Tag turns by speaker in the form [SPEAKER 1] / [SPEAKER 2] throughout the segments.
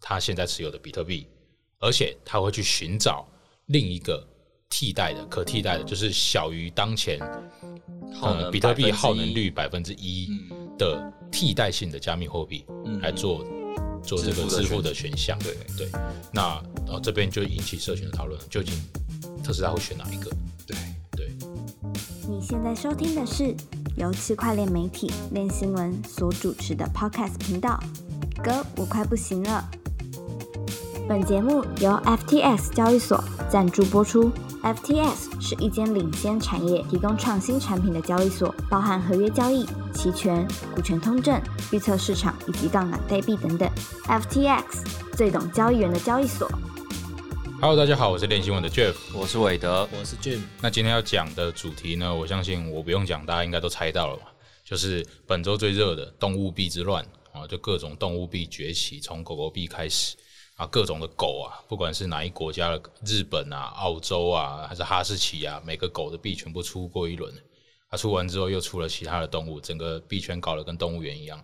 [SPEAKER 1] 他现在持有的比特币，而且他会去寻找另一个替代的可替代的，就是小于当前
[SPEAKER 2] 耗
[SPEAKER 1] 呃
[SPEAKER 2] 能
[SPEAKER 1] 比特币
[SPEAKER 2] 1%
[SPEAKER 1] 耗能率百分之一嗯的替代性的加密货币
[SPEAKER 2] 嗯
[SPEAKER 1] 来做做这个
[SPEAKER 2] 支付
[SPEAKER 1] 支
[SPEAKER 2] 的
[SPEAKER 1] 付的
[SPEAKER 2] 选
[SPEAKER 1] 选项。
[SPEAKER 2] 对
[SPEAKER 1] 对，那然后这边就引起社群的讨论，究竟特斯拉会选哪一个？
[SPEAKER 2] 对，
[SPEAKER 1] 对，
[SPEAKER 3] 你现在收听的是由区块链媒体链新闻所主持的 Podcast 频道。哥，我快不行了。本节目由 FTX 交易所赞助播出。FTX 是一间领先产业、提供创新产品的交易所，包含合约交易、期权、股权通证、预测市场以及杠杆代币等等。FTX 最懂交易员的交易所。
[SPEAKER 1] Hello，大家好，我是练新闻的 Jeff。
[SPEAKER 2] 我是韦德，
[SPEAKER 4] 我是 Jim，
[SPEAKER 1] 那今天要讲的主题呢，我相信我不用讲，大家应该都猜到了吧？就是本周最热的动物币之乱啊，就各种动物币崛起，从狗狗币开始啊，各种的狗啊，不管是哪一国家的，日本啊、澳洲啊，还是哈士奇啊，每个狗的币全部出过一轮。它、出完之后又出了其他的动物，整个币圈搞得跟动物园一样。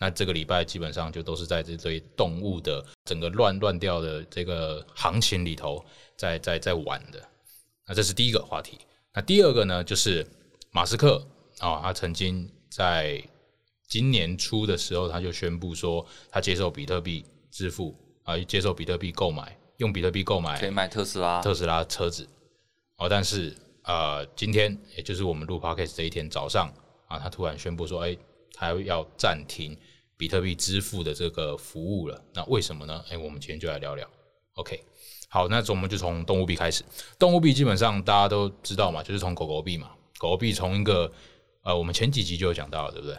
[SPEAKER 1] 那这个礼拜基本上就都是在这堆动物的整个乱乱掉的这个行情里头在在在玩的。那这是第一个话题。那第二个呢，就是马斯克啊、他曾经在今年初的时候，他就宣布说，他接受比特币支付啊、接受比特币购买，用比特币购买
[SPEAKER 2] 可以买特斯拉，
[SPEAKER 1] 哎特斯拉车子哦，但是呃，今天也就是我们录 podcast 这一天早上啊，他突然宣布说，哎、他要暂停比特币支付的这个服务了。那为什么呢？哎、我们今天就来聊聊。OK，好，那我们就从动物币开始。动物币基本上大家都知道嘛，就是从狗狗币嘛，狗狗币从一个呃，我们前几集就有讲到了，对不对？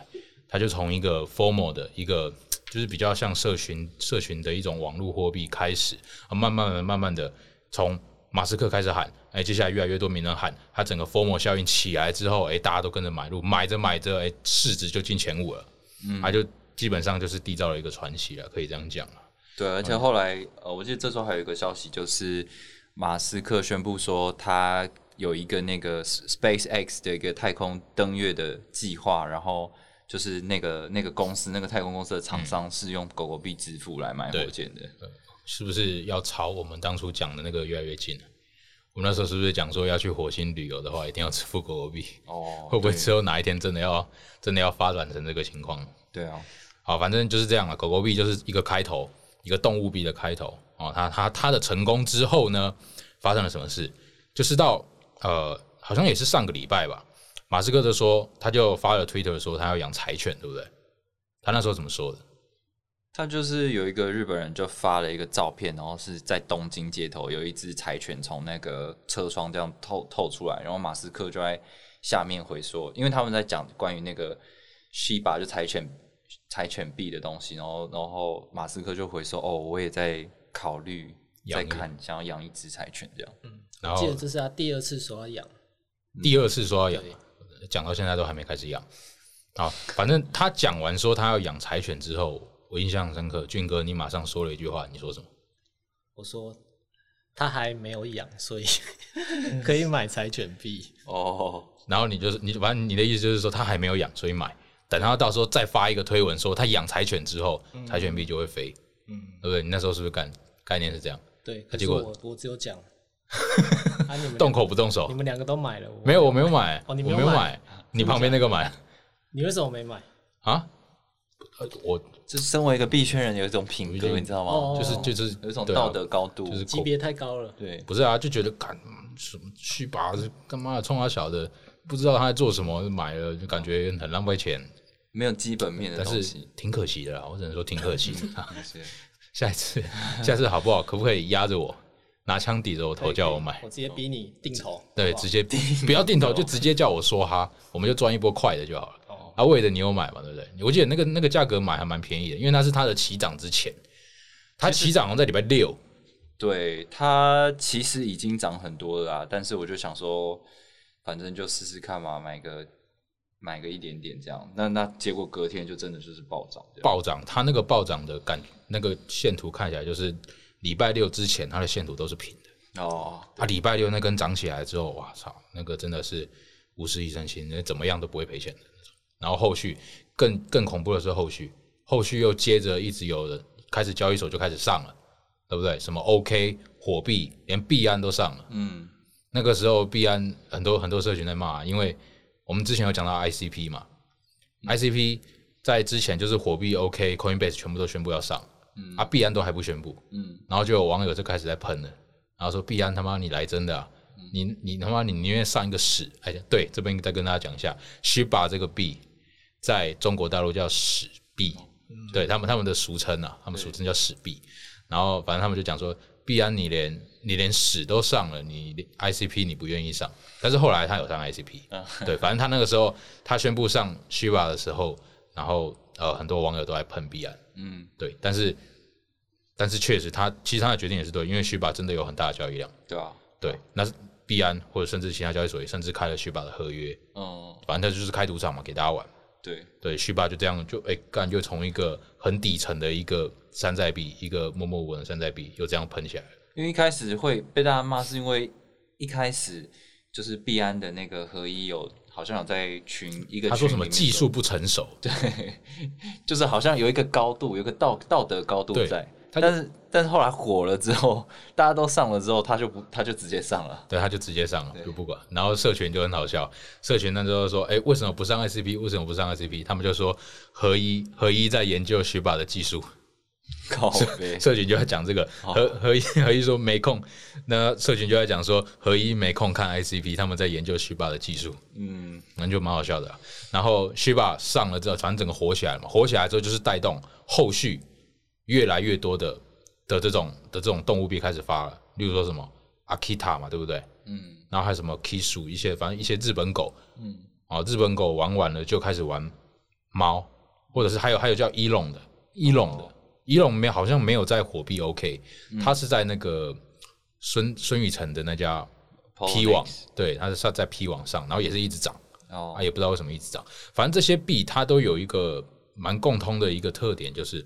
[SPEAKER 1] 它就从一个 formal 的一个，就是比较像社群社群的一种网络货币开始，啊慢慢的、慢慢的从马斯克开始喊，哎，接下来越来越多名人喊，它整个 formal 效应起来之后，哎，大家都跟着买入，买着买着，哎，市值就进前五了，嗯，它就基本上就是缔造了一个传奇了，可以这样讲了。
[SPEAKER 2] 对，而且后来呃，我记得这时候还有一个消息，就是马斯克宣布说他有一个那个 SpaceX 的一个太空登月的计划，然后就是那个那个公司那个太空公司的厂商是用狗狗币支付来买
[SPEAKER 1] 嗯
[SPEAKER 2] 火
[SPEAKER 1] 对
[SPEAKER 2] 箭的，
[SPEAKER 1] 是不是要朝我们当初讲的那个越来越近了？我们那时候是不是讲说要去火星旅游的话，一定要支付狗狗币？
[SPEAKER 2] 哦
[SPEAKER 1] 会不会
[SPEAKER 2] 对
[SPEAKER 1] 之后哪一天真的要真的要发展成这个情况？
[SPEAKER 2] 对啊，
[SPEAKER 1] 好，反正就是这样了。狗狗币就是一个开头，一个动物币的开头哦。它它它的成功之后呢，发生了什么事？就是到呃，好像也是上个礼拜吧，马斯克就说他就发了 Twitter 说他要养柴犬，对不对？他那时候怎么说的？
[SPEAKER 2] 他就是有一个日本人就发了一个照片，然后是在东京街头有一只柴犬从那个车窗这样透透出来，然后马斯克就在下面回说，因为他们在讲关于那个 Shiba 就柴犬柴犬币的东西，然后然后马斯克就回说，哦，我也在考虑
[SPEAKER 1] 养
[SPEAKER 2] 在
[SPEAKER 1] 一
[SPEAKER 2] 看想要养一只柴犬这样，
[SPEAKER 1] 然
[SPEAKER 4] 记
[SPEAKER 1] 后
[SPEAKER 4] 得这是他第二次说要养，
[SPEAKER 1] 第二次说要养
[SPEAKER 4] 对，
[SPEAKER 1] 讲到现在都还没开始养啊。反正他讲完说他要养柴犬之后，我印象很深刻。俊哥，你马上说了一句话，你说什么？
[SPEAKER 4] 我说他还没有养， 所以可以买柴犬币。
[SPEAKER 2] 哦，
[SPEAKER 1] 然后你就是你，反正你的意思就是说他还没有养，所以买。等他到时候再发一个推文说他养柴犬之后，柴犬币就会飞，
[SPEAKER 4] 嗯，
[SPEAKER 1] 对不对？你那时候是不是概概念是这样？
[SPEAKER 4] 对。可
[SPEAKER 1] 结
[SPEAKER 4] 是
[SPEAKER 1] 果
[SPEAKER 4] 我我只有 讲，啊，你们
[SPEAKER 1] 动口不动手
[SPEAKER 4] 你，们两个都买了，我
[SPEAKER 1] 没有，我没有买，
[SPEAKER 4] 哦你
[SPEAKER 1] 我
[SPEAKER 4] 没有
[SPEAKER 1] 没有
[SPEAKER 4] 买
[SPEAKER 1] 买，你旁边那个买
[SPEAKER 4] 你为什么没买？
[SPEAKER 1] 啊？呃我
[SPEAKER 2] 就是身为一个币圈人有一种品格，你知道吗？
[SPEAKER 4] 哦
[SPEAKER 1] 就是就是
[SPEAKER 2] 有一种
[SPEAKER 1] 对啊
[SPEAKER 2] 道德高度，
[SPEAKER 1] 就是
[SPEAKER 4] 级别太高了，
[SPEAKER 2] 对，
[SPEAKER 1] 不是啊，就觉得干嗯什么去吧，这干嘛冲他小的，不知道他在做什么，买了就感觉很浪费钱，
[SPEAKER 2] 没有基本面的
[SPEAKER 1] 但
[SPEAKER 2] 东
[SPEAKER 1] 是
[SPEAKER 2] 西，
[SPEAKER 1] 挺可惜的啦，我只能说挺可惜的。
[SPEAKER 2] 那些
[SPEAKER 1] 下一次，下次好不好？可不可以压着我，拿枪抵着我头叫我买
[SPEAKER 4] 我？直接逼你定投。
[SPEAKER 1] 对，
[SPEAKER 4] 好不好
[SPEAKER 1] 直接不要定投，就直接叫我说哈，我们就赚一波快的就好了。
[SPEAKER 4] 哦，
[SPEAKER 1] 啊，为了你有买嘛，对不对？我记得那个那个价格买还蛮便宜的，因为那是它的起涨之前，它起涨好像在礼拜六，
[SPEAKER 2] 对，它其实已经涨很多了啦，但是我就想说，反正就试试看嘛，买个买个一点点这样。那那结果隔天就真的就是暴涨这样，
[SPEAKER 1] 暴涨，它那个暴涨的感那个线图看起来就是礼拜六之前它的线图都是平的。
[SPEAKER 2] 哦，
[SPEAKER 1] 啊，礼拜六那根涨起来之后，哇操，那个真的是无事一身轻，那怎么样都不会赔钱的那种。然后后续更更恐怖的是后续，后续又接着一直有人开始交易所就开始上了，对不对？什么 OK 火币，连币安都上了。
[SPEAKER 2] 嗯，
[SPEAKER 1] 那个时候币安很多很多社群在骂，因为我们之前有讲到 ICP 嘛、i
[SPEAKER 2] 嗯
[SPEAKER 1] c p 在之前就是火币 OK、Coinbase 全部都宣布要上，啊，币安都还不宣布，
[SPEAKER 2] 嗯，
[SPEAKER 1] 然后就有网友就开始在喷了，然后说币安他妈你来真的、啊，你你他妈你宁愿上一个屎，哎，对，这边再跟大家讲一下，Shiba 这个币在中国大陆叫屎币，对他们他们的俗称啊，他们俗称叫屎币，然后反正他们就讲说，币安你连你连屎都上了，你连 ICP 你不愿意上，但是后来他有上 ICP，、对，反正他那个时候他宣布上 Shiba 的时候，然后呃很多网友都在喷币安，嗯，对，但是但是确实他其实他的决定也是对，因为 Shiba 真的有很大的交易量，
[SPEAKER 2] 对啊，
[SPEAKER 1] 对，那是币安或者甚至其他交易所也甚至开了 Shiba 的合约，
[SPEAKER 2] 嗯，
[SPEAKER 1] 反正他就是开赌场嘛，给大家玩。
[SPEAKER 2] 对，
[SPEAKER 1] 对，Shiba 就这样就哎干、就从一个很底层的一个山寨币，一个默默无闻的山寨币，又这样喷起来了。
[SPEAKER 2] 因为一开始会被大家骂，是因为一开始就是币安的那个合一有好像有在群一个
[SPEAKER 1] 他说
[SPEAKER 2] 群
[SPEAKER 1] 什么
[SPEAKER 2] 里面
[SPEAKER 1] 技术不成熟，
[SPEAKER 2] 就是好像有一个高度，有一个道道德高度
[SPEAKER 1] 对
[SPEAKER 2] 在。
[SPEAKER 1] 他就
[SPEAKER 2] 但是但是后来火了之后，大家都上了之后，他就不他就直接上了。
[SPEAKER 1] 对，他就直接上了，就不管。然后社群就很好笑，社群那时候说，哎、为什么不上 ICP？为什么不上 ICP？他们就说合一合一在研究 Shiba 的技术，
[SPEAKER 2] 靠呗，
[SPEAKER 1] 社群就在讲这个。合合一合一说没空，那社群就在讲说合一没空看 ICP，他们在研究 Shiba 的技术。
[SPEAKER 2] 嗯，
[SPEAKER 1] 那就蛮好笑的啊、然后 Shiba 上了之后，反正整个火起来了嘛，火起来之后就是带动后续越来越多的的这种的这种动物币开始发了，例如说什么 Akita 嘛，对不对？嗯，然后还有什么 Kisu 一些，反正一些日本狗，嗯，哦，日本狗玩完了就开始玩猫，或者是还有还有叫伊龙的，伊龙的，伊龙没有好像没有在火币 OK，、他是在那个孙孙宇晨的那家 P 网，对，他是上在 P 网上，然后也是一直涨。啊，
[SPEAKER 2] 哦，
[SPEAKER 1] 也不知道为什么一直涨。反正这些币它都有一个蛮共通的一个特点，就是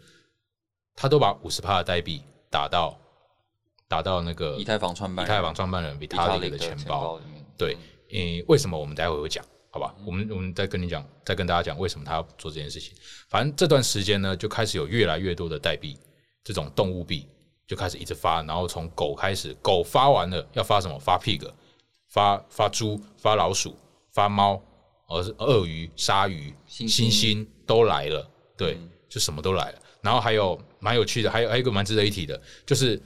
[SPEAKER 1] 它都把五十趴的代币打到打到那个
[SPEAKER 2] 以太坊创
[SPEAKER 1] 以
[SPEAKER 2] 办人
[SPEAKER 1] 太坊创办人比
[SPEAKER 2] 比
[SPEAKER 1] 他
[SPEAKER 2] 特
[SPEAKER 1] 里
[SPEAKER 2] 币
[SPEAKER 1] 的钱包
[SPEAKER 2] 包。里面，
[SPEAKER 1] 对，嗯，为什么我们待会会讲？好吧，我们我们再跟你讲，再跟大家讲为什么他要做这件事情。反正这段时间呢，就开始有越来越多的代币，这种动物币就开始一直发，然后从狗开始，狗发完了要发什么？发 pig，发发猪，发老鼠，发猫，而是鳄鱼、鲨鱼、
[SPEAKER 2] 猩
[SPEAKER 1] 猩
[SPEAKER 2] 猩嗯
[SPEAKER 1] 猩都来了，对，就什么都来了。然后还有蛮有趣的，还有还有一个蛮值得一提的，就是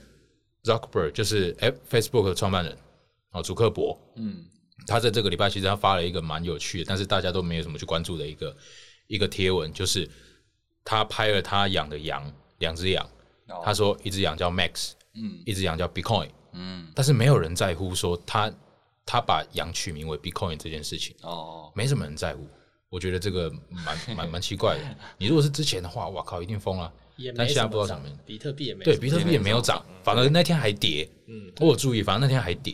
[SPEAKER 1] Zuckerberg，就是 F- Facebook 的创办人哦，祖克伯，
[SPEAKER 2] 嗯，
[SPEAKER 1] 他在这个礼拜其实他发了一个蛮有趣的，但是大家都没有什么去关注的一个一个贴文，就是他拍了他养的羊，两只羊，
[SPEAKER 2] 哦
[SPEAKER 1] 他说一只羊叫 Max，
[SPEAKER 2] 嗯
[SPEAKER 1] 一只羊叫 Bitcoin，
[SPEAKER 2] 嗯
[SPEAKER 1] 但是没有人在乎说他他把羊取名为 Bitcoin 这件事情，
[SPEAKER 2] 哦，
[SPEAKER 1] 没什么人在乎。我觉得这个蛮 蛮蛮奇怪的。你如果是之前的话，哇靠，一定疯了。
[SPEAKER 4] 也没
[SPEAKER 1] 但现在
[SPEAKER 4] 什
[SPEAKER 1] 不知道
[SPEAKER 4] 么
[SPEAKER 1] 怎
[SPEAKER 4] 涨
[SPEAKER 1] 么，
[SPEAKER 4] 比特币也没
[SPEAKER 1] 对，
[SPEAKER 4] 什么
[SPEAKER 1] 比特币也没有涨，反而那天还跌。嗯，我有注意，反正那天还跌。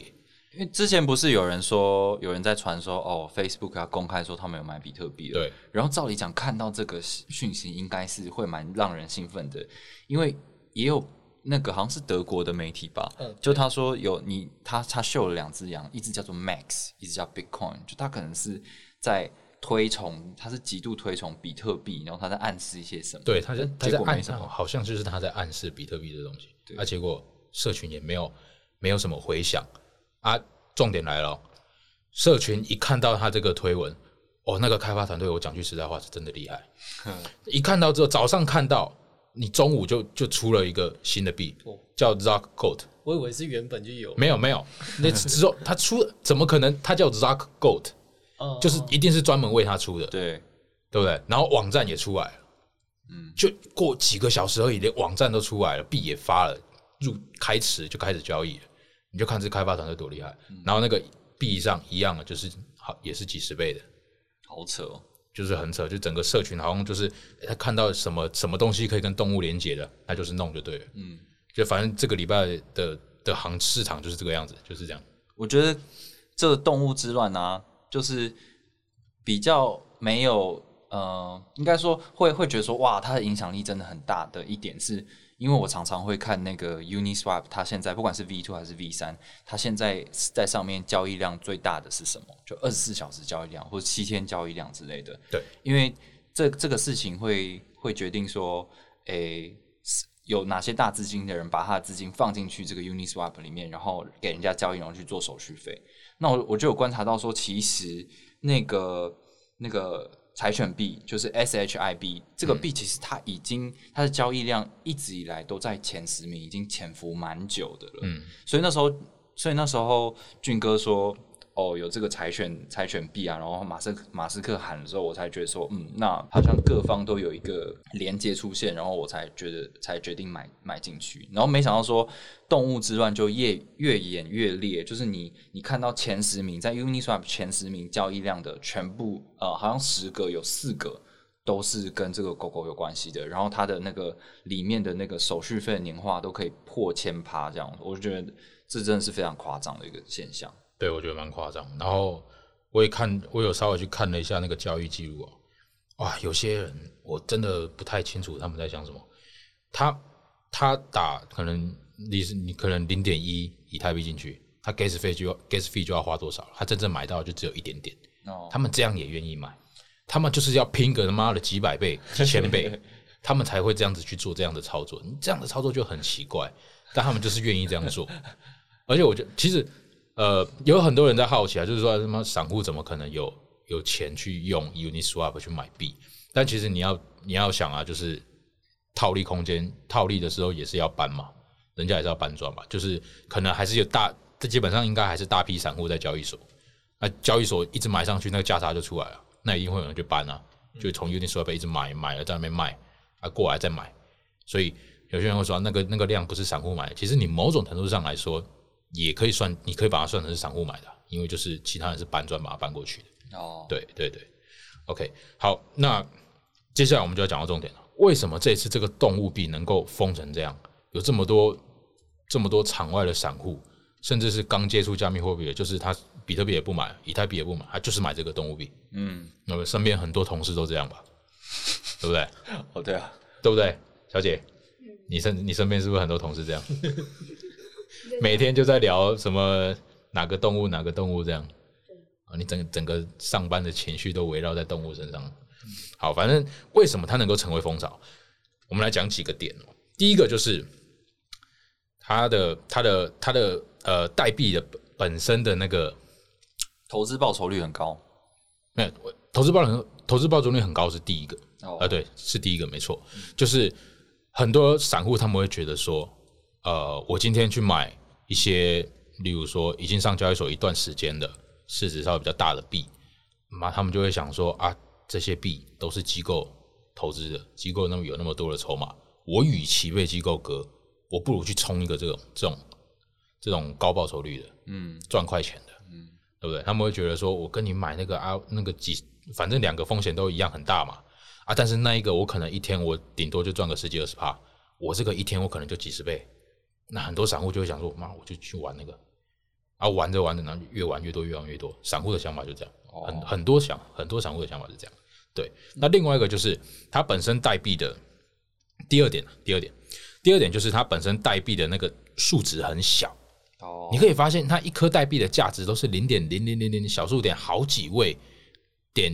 [SPEAKER 2] 因为之前不是有人说，有人在传说哦，Facebook 要公开说他们有买比特币了。
[SPEAKER 1] 对。
[SPEAKER 2] 然后照理讲，看到这个讯息应该是会蛮让人兴奋的，因为也有那个好像是德国的媒体吧，
[SPEAKER 4] 嗯
[SPEAKER 2] 就他说有你他他秀了两只羊，一只叫做 Max，一只叫 Bitcoin，就他可能是在推崇，他是极度推崇比特币，然后他在暗示一些什么。
[SPEAKER 1] 对，他在他
[SPEAKER 2] 结
[SPEAKER 1] 在
[SPEAKER 2] 果没
[SPEAKER 1] 暗
[SPEAKER 2] 什
[SPEAKER 1] 示，
[SPEAKER 2] 么。
[SPEAKER 1] 好像就是他在暗示比特币这东西
[SPEAKER 2] 对，
[SPEAKER 1] 啊，结果社群也没有没有什么回响啊。重点来了哦，社群一看到他这个推文，哦，那个开发团队，我讲句实在话，是真的厉害。
[SPEAKER 2] 嗯
[SPEAKER 1] 一看到之后，早上看到，你中午就就出了一个新的币
[SPEAKER 4] 哦，
[SPEAKER 1] 叫 Zock Gold。
[SPEAKER 4] 我以为是原本就有，
[SPEAKER 1] 没有没 有，那之后他出怎么可能？他叫 Zock Gold，
[SPEAKER 4] 哦
[SPEAKER 1] 就是一定是专门为他出的。
[SPEAKER 2] 对，
[SPEAKER 1] 对不对？然后网站也出来了，嗯，就过几个小时而已，连网站都出来了，币也发了，入开池就开始交易了，你就看这开发团队多厉害。然后那个币上一样的，就是好也是几十倍的，
[SPEAKER 2] 好扯哦。
[SPEAKER 1] 就是很扯，就整个社群好像就是诶他看到什么什么东西可以跟动物连接的，他就是弄就对了，嗯，就反正这个礼拜的的行市场就是这个样子，就是这样。
[SPEAKER 2] 我觉得这个动物之乱啊，就是比较没有呃，应该说会会觉得说哇，它的影响力真的很大的一点是，因为我常常会看那个 Uniswap，它现在不管是 V two 还是 V 三，它现在在上面交易量最大的是什么？就二十四小时交易量或者七天交易量之类的。
[SPEAKER 1] 对，
[SPEAKER 2] 因为这这个事情会会决定说，诶、有哪些大资金的人把他的资金放进去这个 Uniswap 里面，然后给人家交易，然后去做手续费。那我我就有观察到说，其实那个那个柴犬币就是 SHIB 这个币，其实它已经它的交易量一直以来都在前十名，已经潜伏蛮久的了。
[SPEAKER 1] 嗯，
[SPEAKER 2] 所以那时候，所以那时候俊哥说。哦，有这个柴犬柴犬币啊，然后马斯克马斯克喊的时候，我才觉得说，嗯，那好像各方都有一个连接出现，然后我才觉得才决定买买进去，然后没想到说动物之乱就越越演越烈，就是你你看到前十名在 Uniswap 前十名交易量的全部，呃，好像十个有四个都是跟这个狗狗有关系的，然后它的那个里面的那个手续费的年化都可以破千趴这样，我就觉得这真的是非常夸张的一个现象。
[SPEAKER 1] 对，我觉得蛮夸张。然后我也看，我有稍微去看了一下那个交易记录啊，哇，有些人我真的不太清楚他们在想什么。他他打可能你是你可能零点一以太币进去，他 gas 费就要 gas 费就要花多少？他真正买到就只有一点点。
[SPEAKER 2] 哦
[SPEAKER 1] 他们这样也愿意买，他们就是要拼个他妈的几百倍、几千倍，他们才会这样子去做这样的操作。你这样的操作就很奇怪，但他们就是愿意这样做。而且我觉得，其实呃，有很多人在好奇啊，就是说什么散户怎么可能有有钱去用 Uniswap 去买币？但其实你要你要想啊，就是套利空间，套利的时候也是要搬嘛，人家也是要搬砖嘛，就是可能还是有大，这基本上应该还是大批散户在交易所，那交易所一直买上去，那个价差就出来了，那一定会有人去搬啊，就从 Uniswap 一直买，买了在那边卖，啊过来再买，所以有些人会说啊那个那个量不是散户买的，其实你某种程度上来说，也可以算，你可以把它算成是散户买的啊，因为就是其他人是搬砖把它搬过去的。
[SPEAKER 2] 哦，
[SPEAKER 1] 对对对，OK，好，那接下来我们就要讲到重点了。为什么这次这个动物币能够疯成这样？有这么多这么多场外的散户，甚至是刚接触加密货币的，就是他比特币也不买，以太币也不买，他就是买这个动物币。
[SPEAKER 2] 嗯，
[SPEAKER 1] 那么身边很多同事都这样吧，对不对？
[SPEAKER 2] 哦对啊，
[SPEAKER 1] 对不对，小姐？你身你身边是不是很多同事这样？每天就在聊什么哪个动物哪个动物这样，啊，你整整个上班的情绪都围绕在动物身上。好，反正为什么它能够成为风潮？我们来讲几个点哦。第一个就是它的它的它的呃代币的本身的那个
[SPEAKER 2] 投资报酬率很高。
[SPEAKER 1] 没有我投资报酬率投资报酬率很高是第一个，
[SPEAKER 2] 哦
[SPEAKER 1] 啊，，对，是第一个没错，就是很多散户他们会觉得说，呃，我今天去买一些，例如说已经上交易所一段时间的市值稍微比较大的币，那他们就会想说啊，这些币都是机构投资的，机构那么有那么多的筹码，我与其被机构割，我不如去冲一个这种这种这种高报酬率的，
[SPEAKER 2] 嗯，
[SPEAKER 1] 赚快钱的，嗯，对不对？他们会觉得说，我跟你买那个啊，那个几，反正两个风险都一样很大嘛，啊，但是那一个我可能一天我顶多就赚个十几二十趴，我这个一天我可能就几十倍，那很多散户就会想说，妈，我就去玩那个，啊，玩着玩着，然后越玩越多，越玩越多，散户的想法就这样，
[SPEAKER 2] 哦
[SPEAKER 1] 很很多想很多散户的想法是这样，对。那另外一个就是它本身代币的第二点，第二点，第二点就是它本身代币的那个数值很小。
[SPEAKER 2] 哦，
[SPEAKER 1] 你可以发现，它一颗代币的价值都是零点零零零零小数点好几位点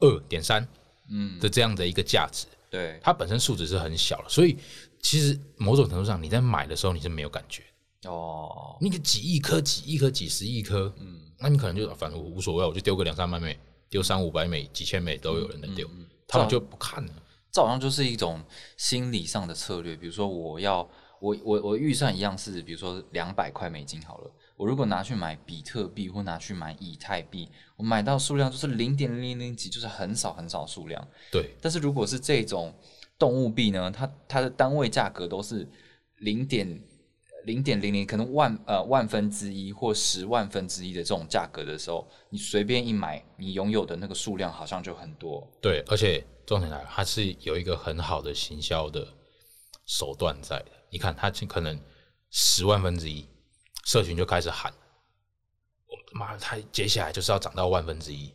[SPEAKER 1] 二点三
[SPEAKER 2] 嗯，
[SPEAKER 1] 的这样的一个价值，
[SPEAKER 2] 对，
[SPEAKER 1] 它本身数值是很小的，所以其实某种程度上，你在买的时候你是没有感觉的，
[SPEAKER 2] 哦，
[SPEAKER 1] 你几亿颗、几亿颗、几十亿颗，嗯，那你可能就反正无所谓，我就丢个两三百美，丢三五百美、几千美都有人在丢，他们就不看了。
[SPEAKER 2] 这好像就是一种心理上的策略。比如说，我要我我我预算一样是，比如说两百块美金好了。我如果拿去买比特币或拿去买以太币，我买到数量就是零点零零零几，就是很少很少数量。
[SPEAKER 1] 对，
[SPEAKER 2] 但是如果是这种动物币呢，它它的单位价格都是零点零点零零，可能万呃万分之一或十万分之一的这种价格的时候，你随便一买，你拥有的那个数量好像就很多。
[SPEAKER 1] 对，而且重点来了，它是有一个很好的行销的手段在的。你看，它就可能十万分之一，社群就开始喊：“我妈，它接下来就是要涨到万分之一，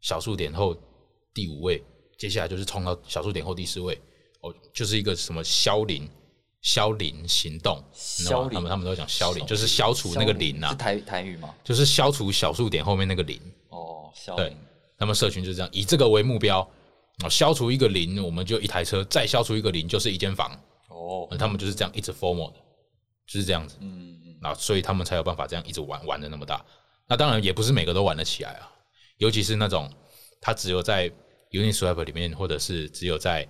[SPEAKER 1] 小数点后第五位，接下来就是冲到小数点后第四位。”哦，就是一个什么消零。消零行动，你知道吗
[SPEAKER 2] 消零
[SPEAKER 1] 他们他们都讲消零，就是消除那个零
[SPEAKER 2] 是
[SPEAKER 1] 啊，
[SPEAKER 2] 台台语吗？
[SPEAKER 1] 就是消除小数点后面那个零。
[SPEAKER 2] 哦，消
[SPEAKER 1] 对
[SPEAKER 2] 零。
[SPEAKER 1] 那么社群就是这样，以这个为目标，哦，消除一个零，我们就一台车；再消除一个零，就是一间房。
[SPEAKER 2] 哦，哦，
[SPEAKER 1] 他们就是这样一直 formal 的，就是这样子。
[SPEAKER 2] 嗯嗯，
[SPEAKER 1] 那所以他们才有办法这样一直玩玩的那么大。那当然也不是每个都玩得起来啊，尤其是那种他只有在 Uniswap 里面，或者是只有在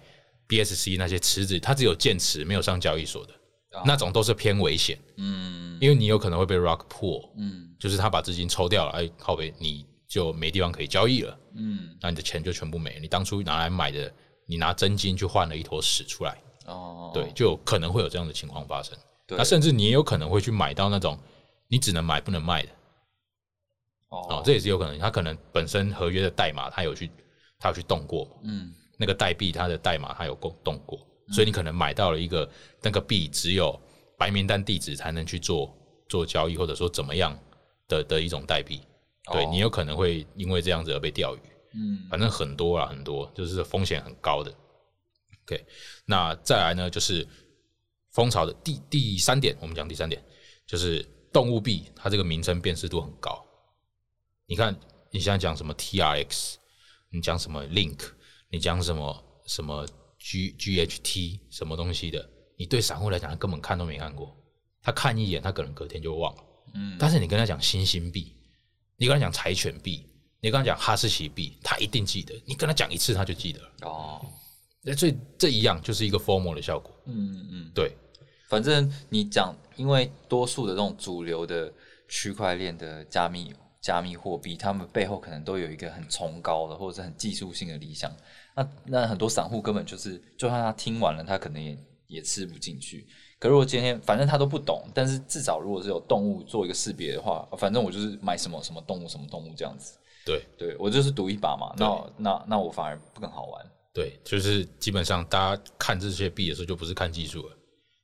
[SPEAKER 1] BSC 那些池子，它只有建池没有上交易所的、
[SPEAKER 2] 啊
[SPEAKER 1] 那种，都是偏危险，
[SPEAKER 2] 嗯
[SPEAKER 1] 因为你有可能会被 rock pool，
[SPEAKER 2] 嗯
[SPEAKER 1] 就是他把资金抽掉了，哎，靠北你就没地方可以交易了，
[SPEAKER 2] 嗯，
[SPEAKER 1] 那你的钱就全部没了。你当初拿来买的，你拿真金去换了一坨屎出来，
[SPEAKER 2] 哦，
[SPEAKER 1] 对，就有可能会有这样的情况发生。
[SPEAKER 2] 对
[SPEAKER 1] 那甚至你也有可能会去买到那种你只能买不能卖的哦
[SPEAKER 2] 哦，
[SPEAKER 1] 这也是有可能。他可能本身合约的代码他有去他有去动过嘛，
[SPEAKER 2] 嗯
[SPEAKER 1] 那个代币它的代码它有动动过，所以你可能买到了一个那个币只有白名单地址才能去做做交易，或者说怎么样的的一种代币。对
[SPEAKER 2] 哦
[SPEAKER 1] 你有可能会因为这样子而被钓鱼。
[SPEAKER 2] 嗯
[SPEAKER 1] 反正很多啦，很多就是风险很高的。OK，那再来呢，就是蜂巢的第第三点，我们讲第三点，就是动物币，它这个名称辨识度很高。你看，你现在讲什么 TRX，你讲什么 Link，你讲什么什么 G GHT 什么东西的，你对散户来讲，他根本看都没看过，他看一眼，他可能隔天就忘了。
[SPEAKER 2] 嗯，
[SPEAKER 1] 但是你跟他讲新兴币，你跟他讲柴犬币，你跟他讲哈士奇币，他一定记得。你跟他讲一次，他就记得了。
[SPEAKER 2] 哦，
[SPEAKER 1] 那所以这一样就是一个 formal 的效果。
[SPEAKER 2] 嗯嗯，
[SPEAKER 1] 对，
[SPEAKER 2] 反正你讲，因为多数的这种主流的区块链的加密加密货币，他们背后可能都有一个很崇高的或者是很技术性的理想。那那很多散户根本就是，就算他听完了，他可能也也吃不进去。可如果今天反正他都不懂，但是至少如果是有动物做一个识别的话，反正我就是买什么什么动物什么动物这样子。
[SPEAKER 1] 对，
[SPEAKER 2] 对我就是赌一把嘛，那那那我反而不更好玩。
[SPEAKER 1] 对，就是基本上大家看这些币的时候，就不是看技术了，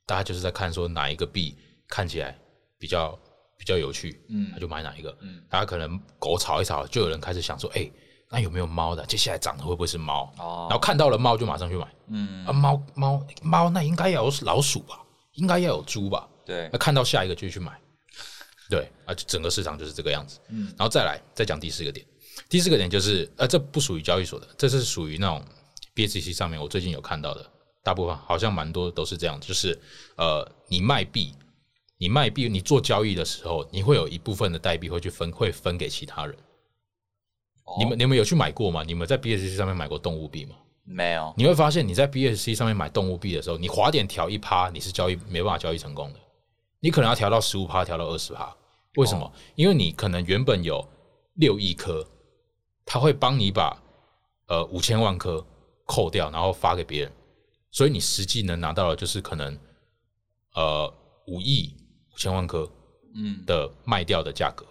[SPEAKER 1] 大家就是在看说哪一个币看起来比较比较有趣，
[SPEAKER 2] 嗯
[SPEAKER 1] 他就买哪一个。
[SPEAKER 2] 嗯
[SPEAKER 1] 大家可能狗炒一炒，就有人开始想说，哎、那有没有猫的？接下来长的会不会是猫？
[SPEAKER 2] 哦
[SPEAKER 1] 然后看到了猫就马上去买。
[SPEAKER 2] 嗯，
[SPEAKER 1] 啊，猫猫猫，那应该要有老鼠吧？应该要有猪吧？
[SPEAKER 2] 对
[SPEAKER 1] 呃那，看到下一个就去买，对啊，就整个市场就是这个样子。
[SPEAKER 2] 嗯
[SPEAKER 1] 然后再来再讲第四个点，第四个点就是呃，这不属于交易所的，这是属于那种 BSC 上面我最近有看到的，大部分好像蛮多都是这样，就是呃，你卖币，你卖币，你做交易的时候，你会有一部分的代币会去分，会分给其他人。
[SPEAKER 2] 哦
[SPEAKER 1] 你们你们有去买过吗？你们在 BSC 上面买过动物币吗？
[SPEAKER 2] 没有
[SPEAKER 1] 你会发现你在 BSC 上面买动物币的时候，你滑点调一趴，你是交易没办法交易成功的，你可能要调到十五趴，调到二十趴。为什么？因为你可能原本有六亿颗，他会帮你把呃五千万颗扣掉，然后发给别人，所以你实际能拿到的就是可能呃五亿五千万颗
[SPEAKER 2] 嗯
[SPEAKER 1] 的卖掉的价格。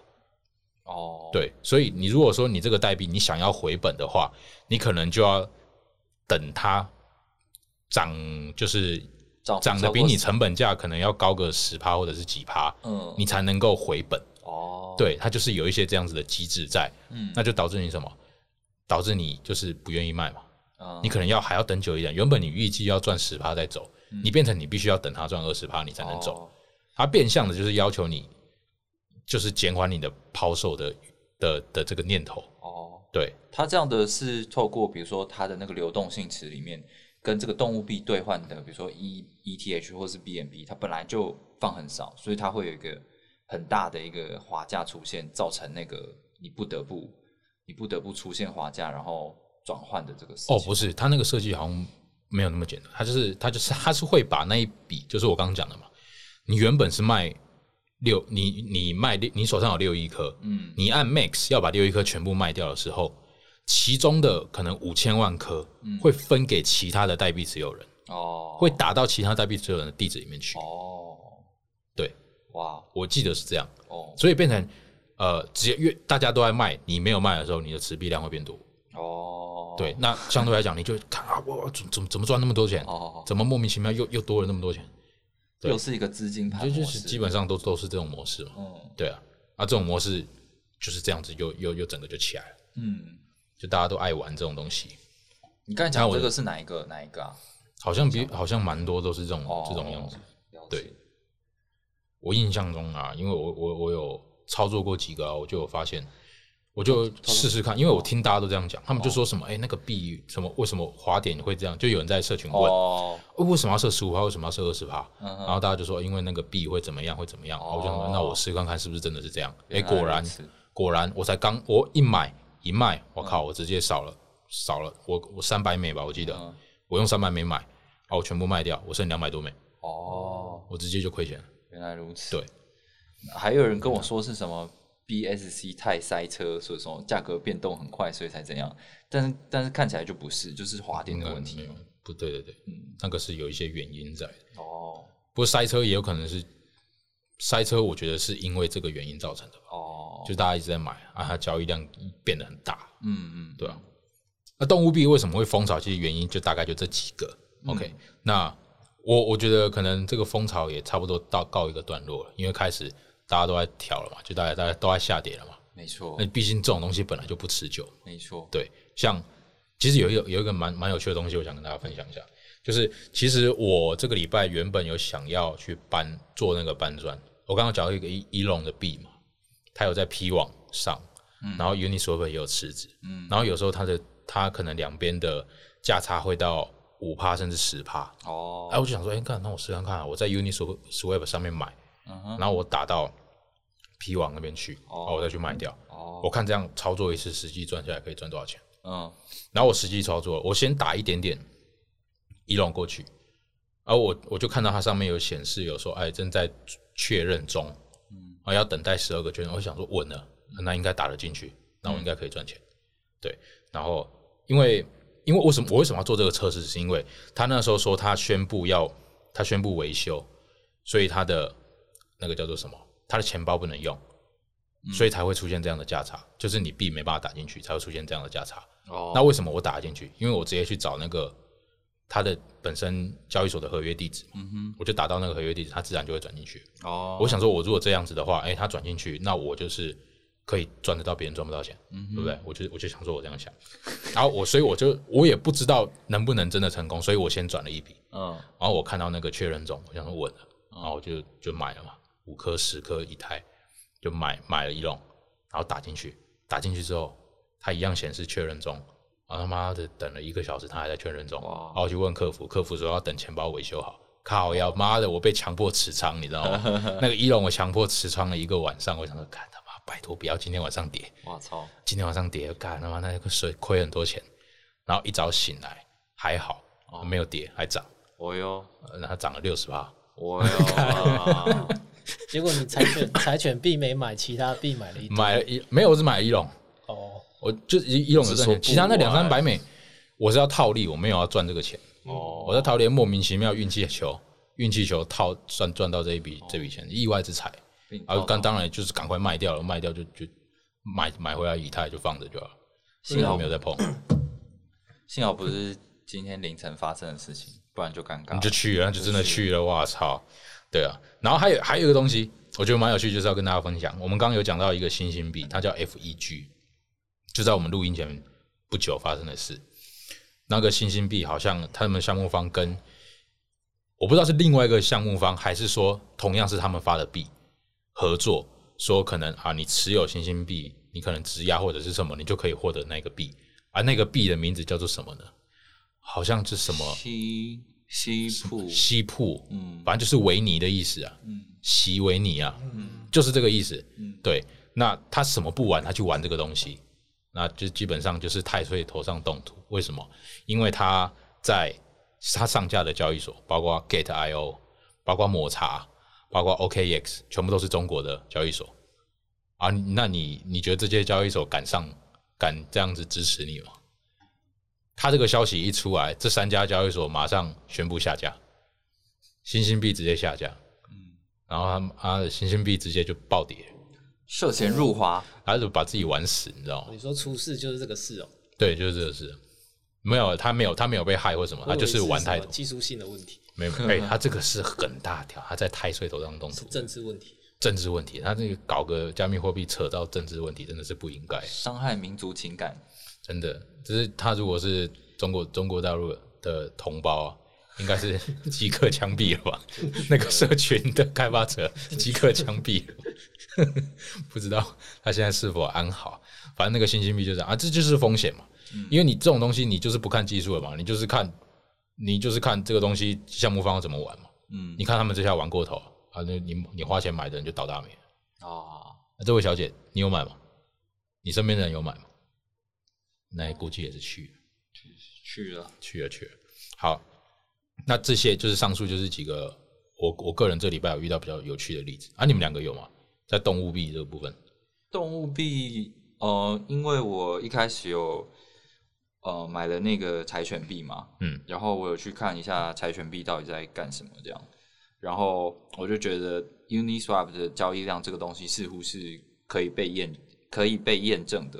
[SPEAKER 2] 哦
[SPEAKER 1] 对，所以你如果说你这个代币你想要回本的话，你可能就要等它涨，就是
[SPEAKER 2] 涨
[SPEAKER 1] 涨
[SPEAKER 2] 超
[SPEAKER 1] 得
[SPEAKER 2] 过
[SPEAKER 1] 比你
[SPEAKER 2] 10
[SPEAKER 1] 成本价可能要高个十趴或者是几趴，
[SPEAKER 2] 嗯
[SPEAKER 1] 你才能够回本。
[SPEAKER 2] 哦，
[SPEAKER 1] 对，它就是有一些这样子的机制在，
[SPEAKER 2] 嗯
[SPEAKER 1] 那就导致你什么？导致你就是不愿意卖嘛，
[SPEAKER 2] 嗯
[SPEAKER 1] 你可能要还要等久一点。原本你预计要赚十趴再走，你变成你必须要等它赚二十趴你才能走。
[SPEAKER 2] 嗯哦
[SPEAKER 1] 它变相的就是要求你，就是减缓你的抛售的的的这个念头。
[SPEAKER 2] 哦，
[SPEAKER 1] 对
[SPEAKER 2] 它这样的是透过比如说它的那个流动性池里面跟这个动物币兑换的，比如说 E ETH 或是 BNB，它本来就放很少，所以它会有一个很大的一个滑价出现，造成那个你不得不你不得不出现滑价，然后转换的这个事情。
[SPEAKER 1] 哦，不是，他那个设计好像没有那么简单，他就是他就是他是会把那一笔，就是我刚刚讲的嘛，你原本是卖六，你你卖六，你手上有六亿颗，
[SPEAKER 2] 嗯
[SPEAKER 1] 你按 max 要把六亿颗全部卖掉的时候，其中的可能五千万颗
[SPEAKER 2] 嗯
[SPEAKER 1] 会分给其他的代币持有人，
[SPEAKER 2] 哦
[SPEAKER 1] 会打到其他代币持有人的地址里面去。
[SPEAKER 2] 哦
[SPEAKER 1] 对，
[SPEAKER 2] 哇
[SPEAKER 1] 我记得是这样，
[SPEAKER 2] 哦
[SPEAKER 1] 所以变成呃，只要越大家都在卖，你没有卖的时候，你的持币量会变多。
[SPEAKER 2] 哦
[SPEAKER 1] 对，那相对来讲，你就看啊，我我怎怎么怎么赚那么多钱？
[SPEAKER 2] 哦，
[SPEAKER 1] 怎么莫名其妙又又多了那么多钱？对
[SPEAKER 2] 又是一个资金盘
[SPEAKER 1] 就
[SPEAKER 2] 模
[SPEAKER 1] 就是
[SPEAKER 2] 式，
[SPEAKER 1] 基本上都都是这种模式嘛。
[SPEAKER 2] 嗯
[SPEAKER 1] 对啊，啊这种模式就是这样子又，又又整个就起来了，
[SPEAKER 2] 嗯。
[SPEAKER 1] 就大家都爱玩这种东西，
[SPEAKER 2] 你刚才
[SPEAKER 1] 那
[SPEAKER 2] 讲
[SPEAKER 1] 我
[SPEAKER 2] 这
[SPEAKER 1] 就
[SPEAKER 2] 个是哪一个？哪一个啊？
[SPEAKER 1] 好像比好像蛮多都是这种、
[SPEAKER 2] 哦，
[SPEAKER 1] 这种样子。
[SPEAKER 2] 了解。
[SPEAKER 1] 对我印象中啊，因为我我我有操作过几个啊，我就有发现，我就试试看，因为我听大家都这样讲，他们就说什么，哎、那个币什么为什么滑点会这样？就有人在社群问，
[SPEAKER 2] 哦，
[SPEAKER 1] 哦为什么要设十五趴？为什么要设二十趴？
[SPEAKER 2] 嗯哼
[SPEAKER 1] 然后大家就说，因为那个币会怎么样，会怎么样。然后我就想说
[SPEAKER 2] 哦，
[SPEAKER 1] 那我试看看是不是真的是这样。哎、
[SPEAKER 2] 原来
[SPEAKER 1] 果然
[SPEAKER 2] 如此，
[SPEAKER 1] 果然，我才刚我一买一卖，我靠，我直接少了少了，我我三百美吧，我记得，
[SPEAKER 2] 嗯
[SPEAKER 1] 我用三百美买，啊，我全部卖掉，我剩两百多美，
[SPEAKER 2] 哦，
[SPEAKER 1] 我直接就亏钱了。
[SPEAKER 2] 原来如此。
[SPEAKER 1] 对，
[SPEAKER 2] 还有人跟我说是什么 BSC 太塞车，所以说价格变动很快，所以才怎样。但是但是看起来就不是，就是滑点
[SPEAKER 1] 应
[SPEAKER 2] 的
[SPEAKER 1] 该嗯
[SPEAKER 2] 问
[SPEAKER 1] 没
[SPEAKER 2] 题嗯
[SPEAKER 1] 有。不对，对对，那个是有一些原因在的。
[SPEAKER 2] 哦
[SPEAKER 1] 不过塞车也有可能是塞车，我觉得是因为这个原因造成的吧，
[SPEAKER 2] 哦，
[SPEAKER 1] 就大家一直在买啊，它交易量变得很大，
[SPEAKER 2] 嗯嗯，
[SPEAKER 1] 对啊。那动物币为什么会风潮？其实原因就大概就这几个。OK，那我我觉得可能这个风潮也差不多到告一个段落了，因为开始大家都在调了嘛，就大家大家都在下跌了嘛。
[SPEAKER 2] 没错
[SPEAKER 1] 那毕竟这种东西本来就不持久，
[SPEAKER 2] 没错。
[SPEAKER 1] 对，像其实有一个有一个蛮蛮有趣的东西，我想跟大家分享一下，就是其实我这个礼拜原本有想要去搬做那个搬砖，我刚刚讲到一个伊伊隆的币嘛，它有在 P 网上，
[SPEAKER 2] 嗯
[SPEAKER 1] 然后 Uniswap 也有池子，嗯，然后有时候它的它可能两边的价差会到五趴甚至十趴，
[SPEAKER 2] 哦，
[SPEAKER 1] 哎、我就想说，哎、干，那我试看看、啊，我在 Uniswap 上面买，
[SPEAKER 2] 嗯
[SPEAKER 1] 然后我打到 P 网那边去，然后我再去卖掉，
[SPEAKER 2] 哦
[SPEAKER 1] 我看这样操作一次，实际赚下来可以赚多少钱。
[SPEAKER 2] 嗯
[SPEAKER 1] 然后我实际操作，我先打一点点伊隆过去，而我我就看到它上面有显示有说，哎，正在确认中，嗯，啊，要等待十二个圈，我想说稳了，那应该打得进去，那我应该可以赚钱，对，然后因为因为为什么我为什么要做这个测试，是因为他那时候说他宣布要他宣布维修，所以他的那个叫做什么，他的钱包不能用。所以才会出现这样的价差，就是你币没办法打进去，才会出现这样的价差。
[SPEAKER 2] 哦，
[SPEAKER 1] 那为什么我打得进去？因为我直接去找那个他的本身交易所的合约地址，嗯哼，我就打到那个合约地址，它自然就会转进去。
[SPEAKER 2] 哦，
[SPEAKER 1] 我想说，我如果这样子的话，哎、它转进去，那我就是可以赚得到别人赚不到钱，对不对？我就我就想说我这样想，然后我所以我就我也不知道能不能真的成功，所以我先转了一笔，
[SPEAKER 2] 嗯
[SPEAKER 1] 然后我看到那个确认中，我想说稳了，然后我就就买了嘛，五颗十颗以太，就买买了一笼，然后打进去，打进去之后，它一样显示确认中，然后他妈的等了一个小时，它还在确认中，
[SPEAKER 2] 哇
[SPEAKER 1] 然后我去问客服，客服说要等钱包维修好。靠呀！妈的，我被强迫持仓，你知道吗？那个一龙我强迫持仓了一个晚上，我想说，看他妈，拜托不要今天晚上跌，
[SPEAKER 2] 我操，
[SPEAKER 1] 今天晚上跌，干他妈那个水亏很多钱。然后一早醒来还好，没有跌，还涨。
[SPEAKER 2] 我哟
[SPEAKER 1] 呃然后涨了六十八，
[SPEAKER 2] 我 哟，啊
[SPEAKER 4] 结果你柴犬柴犬币没买，其他币买了一堆
[SPEAKER 1] 买了一没有，我只买了一笼，
[SPEAKER 4] 哦，
[SPEAKER 1] 我就一一笼有
[SPEAKER 2] 只
[SPEAKER 1] 赚
[SPEAKER 2] 说啊
[SPEAKER 1] 钱，
[SPEAKER 2] 不
[SPEAKER 1] 其他那两
[SPEAKER 2] 玩
[SPEAKER 1] 三百美我是要套利，我没有要赚这个钱，
[SPEAKER 2] 哦
[SPEAKER 1] 我在套利莫名其妙运气球，运气球套赚赚到这一
[SPEAKER 2] 哦
[SPEAKER 1] 笔这笔钱，意外之财，
[SPEAKER 2] 被你
[SPEAKER 1] 然后
[SPEAKER 2] 套到
[SPEAKER 1] 啊刚当然就是赶快卖掉了，卖掉就就买买回来以太就放着就好了，
[SPEAKER 2] 幸好
[SPEAKER 1] 没有再碰，
[SPEAKER 2] 幸好不是今天凌晨发生的事情，不然就尴尬
[SPEAKER 1] 你
[SPEAKER 2] 了。
[SPEAKER 1] 就去了，那就真的去了，哇操，对啊，然后还有还有一个东西，我觉得蛮有趣，就是要跟大家分享，我们刚刚有讲到一个新兴币，它叫 FEG，就在我们录音前不久发生的事。那个新兴币好像他们项目方跟我不知道是另外一个项目方，还是说同样是他们发的币合作，说可能啊，你持有新兴币，你可能质押或者是什么，你就可以获得那个币，而、那个币的名字叫做什么呢？好像是什么
[SPEAKER 2] 西西铺
[SPEAKER 1] 西铺，
[SPEAKER 2] 嗯
[SPEAKER 1] 反正就是维尼的意思啊，席维尼啊，就是这个意思，对。那他什么不玩，他去玩这个东西，那就基本上就是太岁头上动土。为什么？因为他在他上架的交易所，包括 Gate.io，包括抹茶，包括 OKX，全部都是中国的交易所啊。那你你觉得这些交易所敢上敢这样子支持你吗？他这个消息一出来，这三家交易所马上宣布下架，新兴币直接下架，然后他们他的新兴币直接就暴跌，
[SPEAKER 2] 涉嫌入华，
[SPEAKER 1] 他就把自己玩死，你知道吗？
[SPEAKER 4] 你说出事就是这个事哦，
[SPEAKER 1] 对，就是这个事。没有，他没有，他没有被害或什么，他啊就是玩太
[SPEAKER 4] 我以为是什
[SPEAKER 1] 多
[SPEAKER 4] 么。技术性的问题，
[SPEAKER 1] 没有， 哎、他这个是很大条，他在太岁头上动
[SPEAKER 4] 是
[SPEAKER 1] 土，
[SPEAKER 4] 政治问题。
[SPEAKER 1] 政治问题，他这个搞个加密货币扯到政治问题，真的是不应该。
[SPEAKER 2] 伤害民族情感，
[SPEAKER 1] 真的，就是他如果是中国中国大陆的同胞、啊，应该是即刻枪毙了吧？那个社群的开发者即刻枪毙了， 不知道他现在是否安好。反正那个新兴币就是这样啊，这就是风险嘛，因为你这种东西你就是不看技术了嘛，你就是看你就是看这个东西项目方要怎么玩嘛。
[SPEAKER 2] 嗯
[SPEAKER 1] 你看他们这下玩过头啊，那你你花钱买的人就倒大霉。
[SPEAKER 2] 哦，
[SPEAKER 1] 那这位小姐，你有买吗？你身边的人有买吗？那估计也是去了
[SPEAKER 2] 去了，
[SPEAKER 1] 去了去了。好，那这些就是上述就是几个我我个人这礼拜有遇到比较有趣的例子啊，你们两个有吗？在动物币这个部分，
[SPEAKER 2] 动物币，呃，因为我一开始有呃买了那个柴犬币嘛，
[SPEAKER 1] 嗯，
[SPEAKER 2] 然后我有去看一下柴犬币到底在干什么这样，然后我就觉得 Uniswap 的交易量这个东西似乎是可以被验可以被验证的，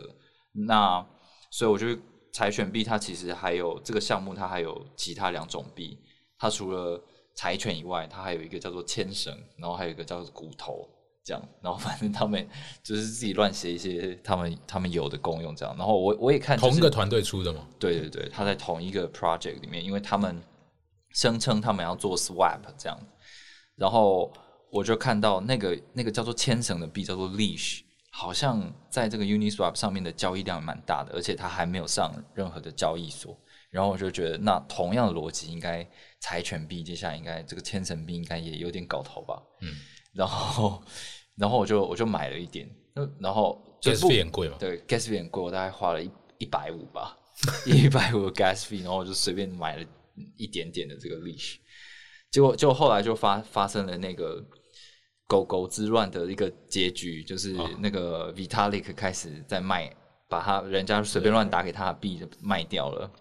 [SPEAKER 2] 那所以我觉得柴犬币它其实还有这个项目它还有其他两种币，它除了柴犬以外，它还有一个叫做牵绳，然后还有一个叫做骨头。这样，然后反正他们就是自己乱写一些他们他们有的功用这样，然后我我也看、就是、
[SPEAKER 1] 同一个团队出的吗？
[SPEAKER 2] 对对对，他在同一个 project 里面，因为他们声称他们要做 swap 这样，然后我就看到那个那个叫做牵绳的币叫做 leash，好像在这个 Uniswap 上面的交易量蛮大的，而且它还没有上任何的交易所。然后我就觉得，那同样的逻辑，应该柴犬币接下来应该这个牵绳币应该也有点搞头吧？
[SPEAKER 1] 嗯，
[SPEAKER 2] 然后然后我就我就买了一点，然后就
[SPEAKER 1] 这是
[SPEAKER 2] 不
[SPEAKER 1] 费很贵嘛？
[SPEAKER 2] 对，gas 费很贵，我大概花了一一百五吧， 一百五的 gas 费，然后我就随便买了一点点的这个 leash，结果就后来就发发生了那个狗狗之乱的一个结局，就是
[SPEAKER 1] 哦
[SPEAKER 2] 那个 Vitalik 开始在卖，把他人家随便乱打给他的币卖掉了。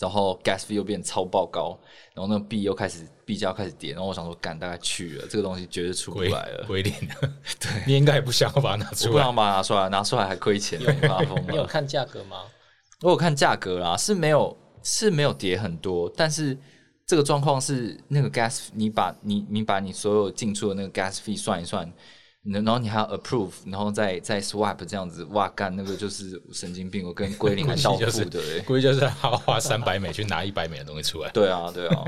[SPEAKER 2] 然后 gas fee 又变超爆高，然后那个币又开始币价又开始跌，然后我想说，干大概去了，这个东西绝对出不
[SPEAKER 1] 鬼
[SPEAKER 2] 来了，
[SPEAKER 1] 鬼脸，对，你应该也不想要把它拿
[SPEAKER 2] 我
[SPEAKER 1] 出
[SPEAKER 2] 不
[SPEAKER 1] 来。
[SPEAKER 2] 想把它拿出来，拿出来还亏钱，你发疯
[SPEAKER 4] 你有
[SPEAKER 2] 了。
[SPEAKER 4] 看价格吗？
[SPEAKER 2] 我有看价格啦，是没有是没有跌很多，但是这个状况是那个 gas，你把你你把你所有进出的那个 gas fee 算一算，然后你还要 approve，然后再再 swap 这样子，哇干，那个就是神经病，我跟归零
[SPEAKER 1] 估
[SPEAKER 2] 还
[SPEAKER 1] 计
[SPEAKER 2] 到
[SPEAKER 1] 就
[SPEAKER 2] 付
[SPEAKER 1] 是
[SPEAKER 2] 的、欸，
[SPEAKER 1] 估计就是他花三百美去拿一百美的东西出来。
[SPEAKER 2] 对啊对啊，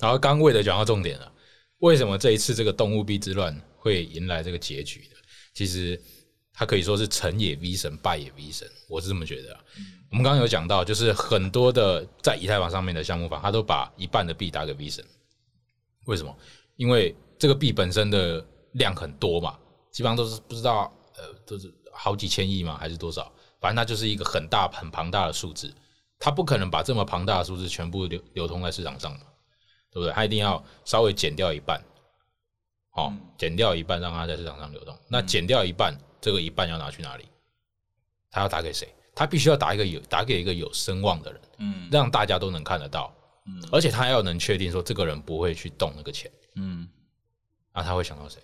[SPEAKER 1] 然后刚刚为了讲到重点了，为什么这一次这个动物币之乱会迎来这个结局呢？其实它可以说是成也 V 神，败也 V 神，我是这么觉得啊、我们刚刚有讲到，就是很多的在以太坊上面的项目方，他都把一半的币打给 V 神，为什么？因为这个币本身的量很多嘛，基本上都是不知道呃，都是好几千亿嘛，还是多少？反正它就是一个很大很庞大的数字，它不可能把这么庞大的数字全部流流通在市场上嘛。对不对？它一定要稍微减掉一半，哦，
[SPEAKER 2] 嗯
[SPEAKER 1] 减掉一半让它在市场上流动。那减掉一半，这个一半要拿去哪里？他要打给谁？他必须要打一个有打给一个有声望的人，
[SPEAKER 2] 嗯
[SPEAKER 1] 让大家都能看得到，
[SPEAKER 2] 嗯
[SPEAKER 1] 而且他要能确定说这个人不会去动那个钱。
[SPEAKER 2] 嗯
[SPEAKER 1] 那他会想到谁？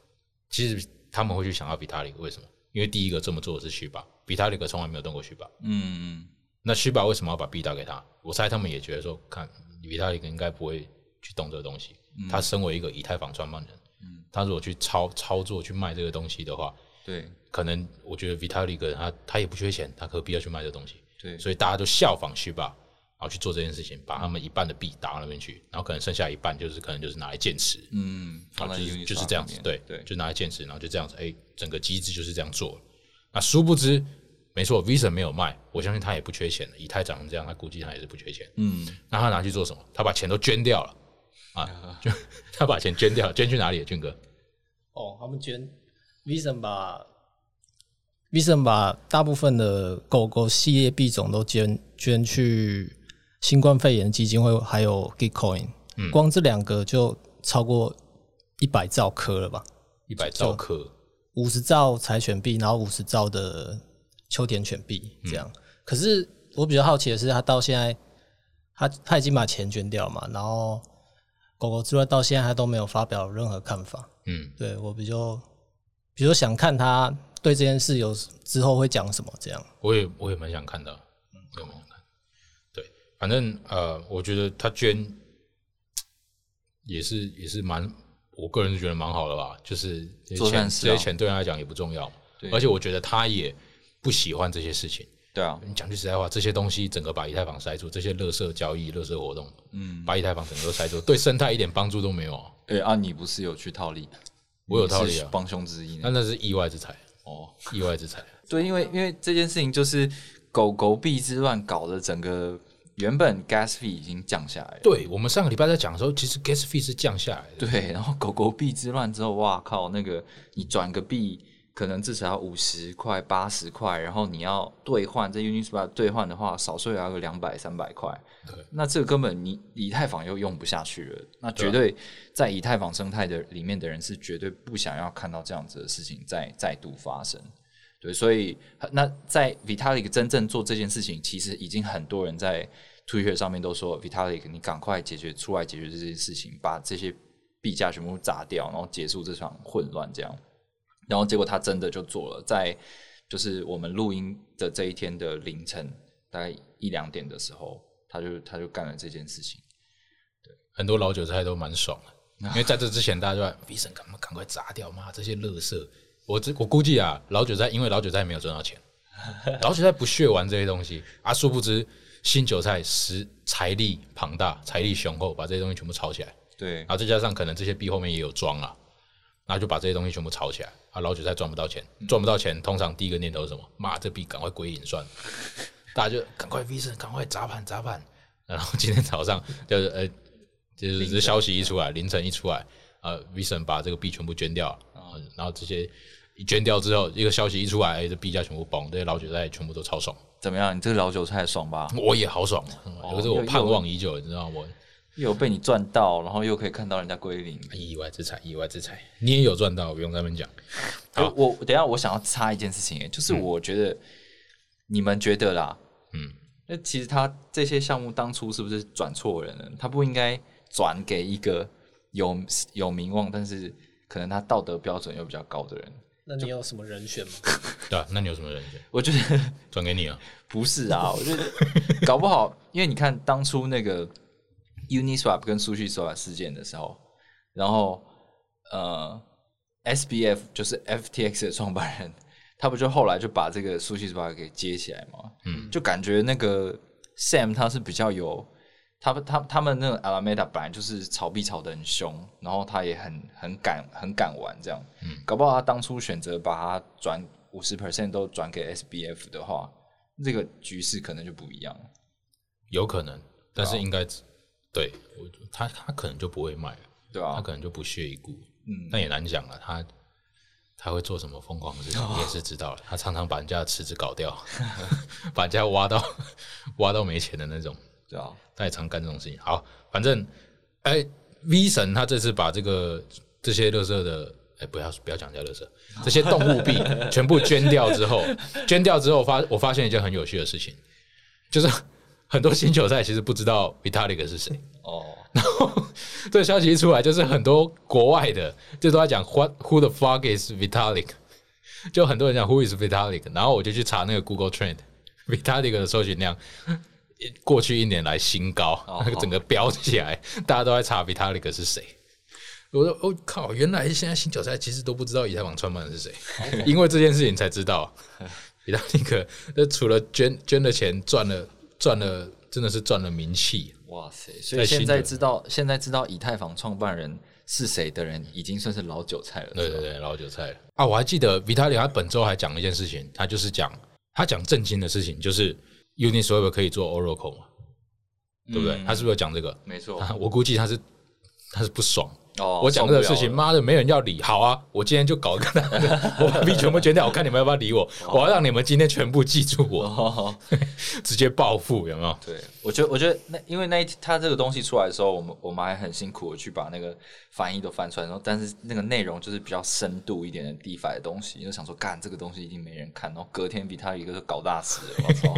[SPEAKER 1] 其实他们会去想到比塔里克，为什么？因为第一个这么做的是虚巴，比塔里克从来没有动过虚巴。
[SPEAKER 2] 嗯
[SPEAKER 1] 那虚巴为什么要把币打给他？我猜他们也觉得说，看比塔里克应该不会去动这个东西。
[SPEAKER 2] 嗯
[SPEAKER 1] 他身为一个以太坊创办人，
[SPEAKER 2] 嗯
[SPEAKER 1] 他如果去操操作去卖这个东西的话，
[SPEAKER 2] 对
[SPEAKER 1] 可能我觉得 Vitalik 他他也不缺钱，他何必要去卖这东西？
[SPEAKER 2] 对，
[SPEAKER 1] 所以大家都效仿 s h 然后去做这件事情，把他们一半的币打到那边去，然后可能剩下一半就是可能就是拿来建池，
[SPEAKER 2] 嗯，
[SPEAKER 1] 啊，
[SPEAKER 2] 在
[SPEAKER 1] 就是就是
[SPEAKER 2] Uniswap
[SPEAKER 1] 这样子
[SPEAKER 2] 里，面
[SPEAKER 1] 对
[SPEAKER 2] 对，
[SPEAKER 1] 就拿来建池，然后就这样子，哎，整个机制就是这样做了。那殊不知，没错，Visa 没有卖，我相信他也不缺钱的，以太涨成这样，他估计他也是不缺钱。
[SPEAKER 2] 嗯
[SPEAKER 1] 那他拿去做什么？他把钱都捐掉了 啊，就 他把钱捐掉了，捐去哪里了？俊哥，
[SPEAKER 4] 哦，他们捐 Vision 把 Vision 把大部分的狗狗系列币种都捐捐去新冠肺炎基金会，还有 Gitcoin，、光这两个就超过一百兆颗了吧？
[SPEAKER 1] 一百兆克。
[SPEAKER 4] 五十兆柴犬币，然后五十兆的秋田犬币这样。可是我比较好奇的是，他到现在，他他已经把钱捐掉嘛，然后狗狗之外到现在他都没有发表任何看法。
[SPEAKER 1] 嗯，
[SPEAKER 4] 对我比较，比如想看他对这件事有之后会讲什么这样。
[SPEAKER 1] 我也我也蛮想看的，我也蛮想看。对，反正呃，我觉得他捐也是也是蛮，我个人是觉得蛮好的吧，就是这
[SPEAKER 2] 做
[SPEAKER 1] 些钱
[SPEAKER 2] 善事啊
[SPEAKER 1] 这些钱对他来讲也不重要嘛
[SPEAKER 2] 对，
[SPEAKER 1] 而且我觉得他也不喜欢这些事情。
[SPEAKER 2] 对啊，
[SPEAKER 1] 你讲句实在话，这些东西整个把以太坊塞住，这些乐色交易、乐色活动，
[SPEAKER 2] 嗯，
[SPEAKER 1] 把以太坊整个都塞住，对生态一点帮助都没有啊。
[SPEAKER 2] 哎啊，你不是有去套利？
[SPEAKER 1] 我有道理啊，
[SPEAKER 2] 帮凶之一呢
[SPEAKER 1] 但。那是意外之财，
[SPEAKER 2] 哦，
[SPEAKER 1] 意外之财。
[SPEAKER 2] 对，因为因为这件事情就是狗狗币之乱搞的整个原本 gas fee 已经降下来了，
[SPEAKER 1] 对我们上个礼拜在讲的时候，其实 gas fee 是降下来的，
[SPEAKER 2] 对，然后狗狗币之乱之后，哇靠，那个你转个币可能至少要五十块、八十块，然后你要兑换在 Uniswap 兑换的话，少说也要个两百、三百块。
[SPEAKER 1] 对，
[SPEAKER 2] 那这个根本你以太坊又用不下去了，那绝
[SPEAKER 1] 对
[SPEAKER 2] 对在以太坊生态的里面的人是绝对不想要看到这样子的事情再再度发生。对，所以那在 Vitalik 真正做这件事情，其实已经很多人在 Twitter 上面都说 Vitalik，你赶快解决出来解决这件事情，把这些币价全部砸掉，然后结束这场混乱这样。然后结果他真的就做了，在就是我们录音的这一天的凌晨，大概一两点的时候，他就他就干了这件事情。
[SPEAKER 1] 很多老韭菜都蛮爽的，因为在这之前大家就在 Vision 赶快赶快砸掉，妈这些垃圾。我这我估计啊，老韭菜因为老韭菜没有赚到钱，老韭菜不屑玩这些东西啊，殊不知新韭菜实财力庞大，财力雄厚，把这些东西全部炒起来，
[SPEAKER 2] 对
[SPEAKER 1] 然，后再加上可能这些币后面也有庄啊，那就把这些东西全部炒起来啊，老韭菜赚不到钱，赚不到钱，通常第一个念头是什么？妈，这币赶快归隐算了，大家就赶快 V 神，赶快砸盘砸盘。然后今天早上就是呃，就是这消息一出来，凌晨一出来，呃，V 神把这个币全部捐掉了，呃然后这些一捐掉之后，一个消息一出来，哎这币价全部崩，这些老韭菜全部都超爽，
[SPEAKER 2] 怎么样？你这个老韭菜爽吧？
[SPEAKER 1] 我也好爽，嗯这个是我
[SPEAKER 2] 又
[SPEAKER 1] 盼望已久，你知道吗？我
[SPEAKER 2] 又有被你赚到，然后又可以看到人家归零。
[SPEAKER 1] 意外之财，意外之财，你也有赚到，不用在那边讲。好
[SPEAKER 2] 我我等一下我想要插一件事情，就是我觉得、你们觉得啦，
[SPEAKER 1] 嗯，
[SPEAKER 2] 那其实他这些项目当初是不是转错人了？他不应该转给一个有有名望，但是可能他道德标准又比较高的人。
[SPEAKER 4] 那你有什么人选吗？
[SPEAKER 1] 对啊，那你有什么人选？
[SPEAKER 2] 我觉得
[SPEAKER 1] 转给你啊。
[SPEAKER 2] 不是 啊，我觉得搞不好，因为你看当初那个 Uniswap 跟 SushiSwap 事件的时候，然后呃，SBF 就是 FTX 的创办人， 他不就后来就把这个 SushiSwap 给接起来嘛？
[SPEAKER 1] 嗯，
[SPEAKER 2] 就感觉那个 Sam 他是比较有。他们、他、他们那个 Alameda 本来就是炒币炒得很凶，然后他也很很敢、很敢玩这样。
[SPEAKER 1] 嗯
[SPEAKER 2] 搞不好他当初选择把它转五十 percent 都转给 SBF 的话，这个局势可能就不一样了。
[SPEAKER 1] 有可能，但是应该对我他他可能就不会卖了，
[SPEAKER 2] 对
[SPEAKER 1] 他
[SPEAKER 2] 啊，
[SPEAKER 1] 可能哎就不屑一顾。
[SPEAKER 2] 嗯，
[SPEAKER 1] 但也难讲了，他他会做什么疯狂的事情，你也是知道了。他常常把人家的池子搞掉， 把人家挖到 挖到没钱的那种，
[SPEAKER 2] 对啊，
[SPEAKER 1] 他也常干这种事情。好，反正哎、v 神他这次把这个这些乐色的。哎，不要不要讲人家乐色，这些动物币全部捐掉之后， 捐掉之后发我发现一件很有趣的事情，就是很多新韭菜其实不知道 Vitalik 是谁，
[SPEAKER 2] 哦，
[SPEAKER 1] 这个消息一出来，就是很多国外的就都在讲 What Who the fuck is Vitalik？就很多人讲 Who is Vitalik？然后我就去查那个 Google Trend Vitalik 的搜寻量，过去一年来新高，
[SPEAKER 2] 哦
[SPEAKER 1] 那个 整个飙起来，大家都在查 Vitalik 是谁。我说我、哦、靠，原来现在新韭菜其实都不知道以太坊创办人是谁，因为这件事情才知道 Vitalik 那除了捐捐了钱赚了赚了，真的是赚了名气。
[SPEAKER 2] 哇塞！所以
[SPEAKER 1] 在新
[SPEAKER 2] 现
[SPEAKER 1] 的
[SPEAKER 2] 在知道现在知道以太坊创办人是谁的人，已经算是老韭菜了。
[SPEAKER 1] 对
[SPEAKER 2] 是吧
[SPEAKER 1] 对，对，老韭菜了啊！我还记得 Vitalik 他本周还讲了一件事情，他就是讲他讲正经的事情，就是 Uniswap 可以做 Oracle 嘛，对不对？
[SPEAKER 2] 嗯
[SPEAKER 1] 他是不是有讲这个？
[SPEAKER 2] 没错。
[SPEAKER 1] 啊，我估计他是他是不爽，
[SPEAKER 2] 哦，
[SPEAKER 1] 我讲这个事
[SPEAKER 2] 受
[SPEAKER 1] 情，
[SPEAKER 2] 不了了
[SPEAKER 1] 妈的没人要理。好啊，我今天就搞个，我 把币全部捐掉，我看你们要不要理我，我要让你们今天全部记住我，
[SPEAKER 2] 哦，
[SPEAKER 1] 直接报复，有没 有？
[SPEAKER 2] 对，我觉得，我觉得那因为那一他这个东西出来的时候，我们我们还很辛苦的去把那个翻译都翻出来，然后但是那个内容就是比较深度一点的 DeFi 的东西，就想说干这个东西一定没人看，然后隔天比他一个就搞大事了，我 操！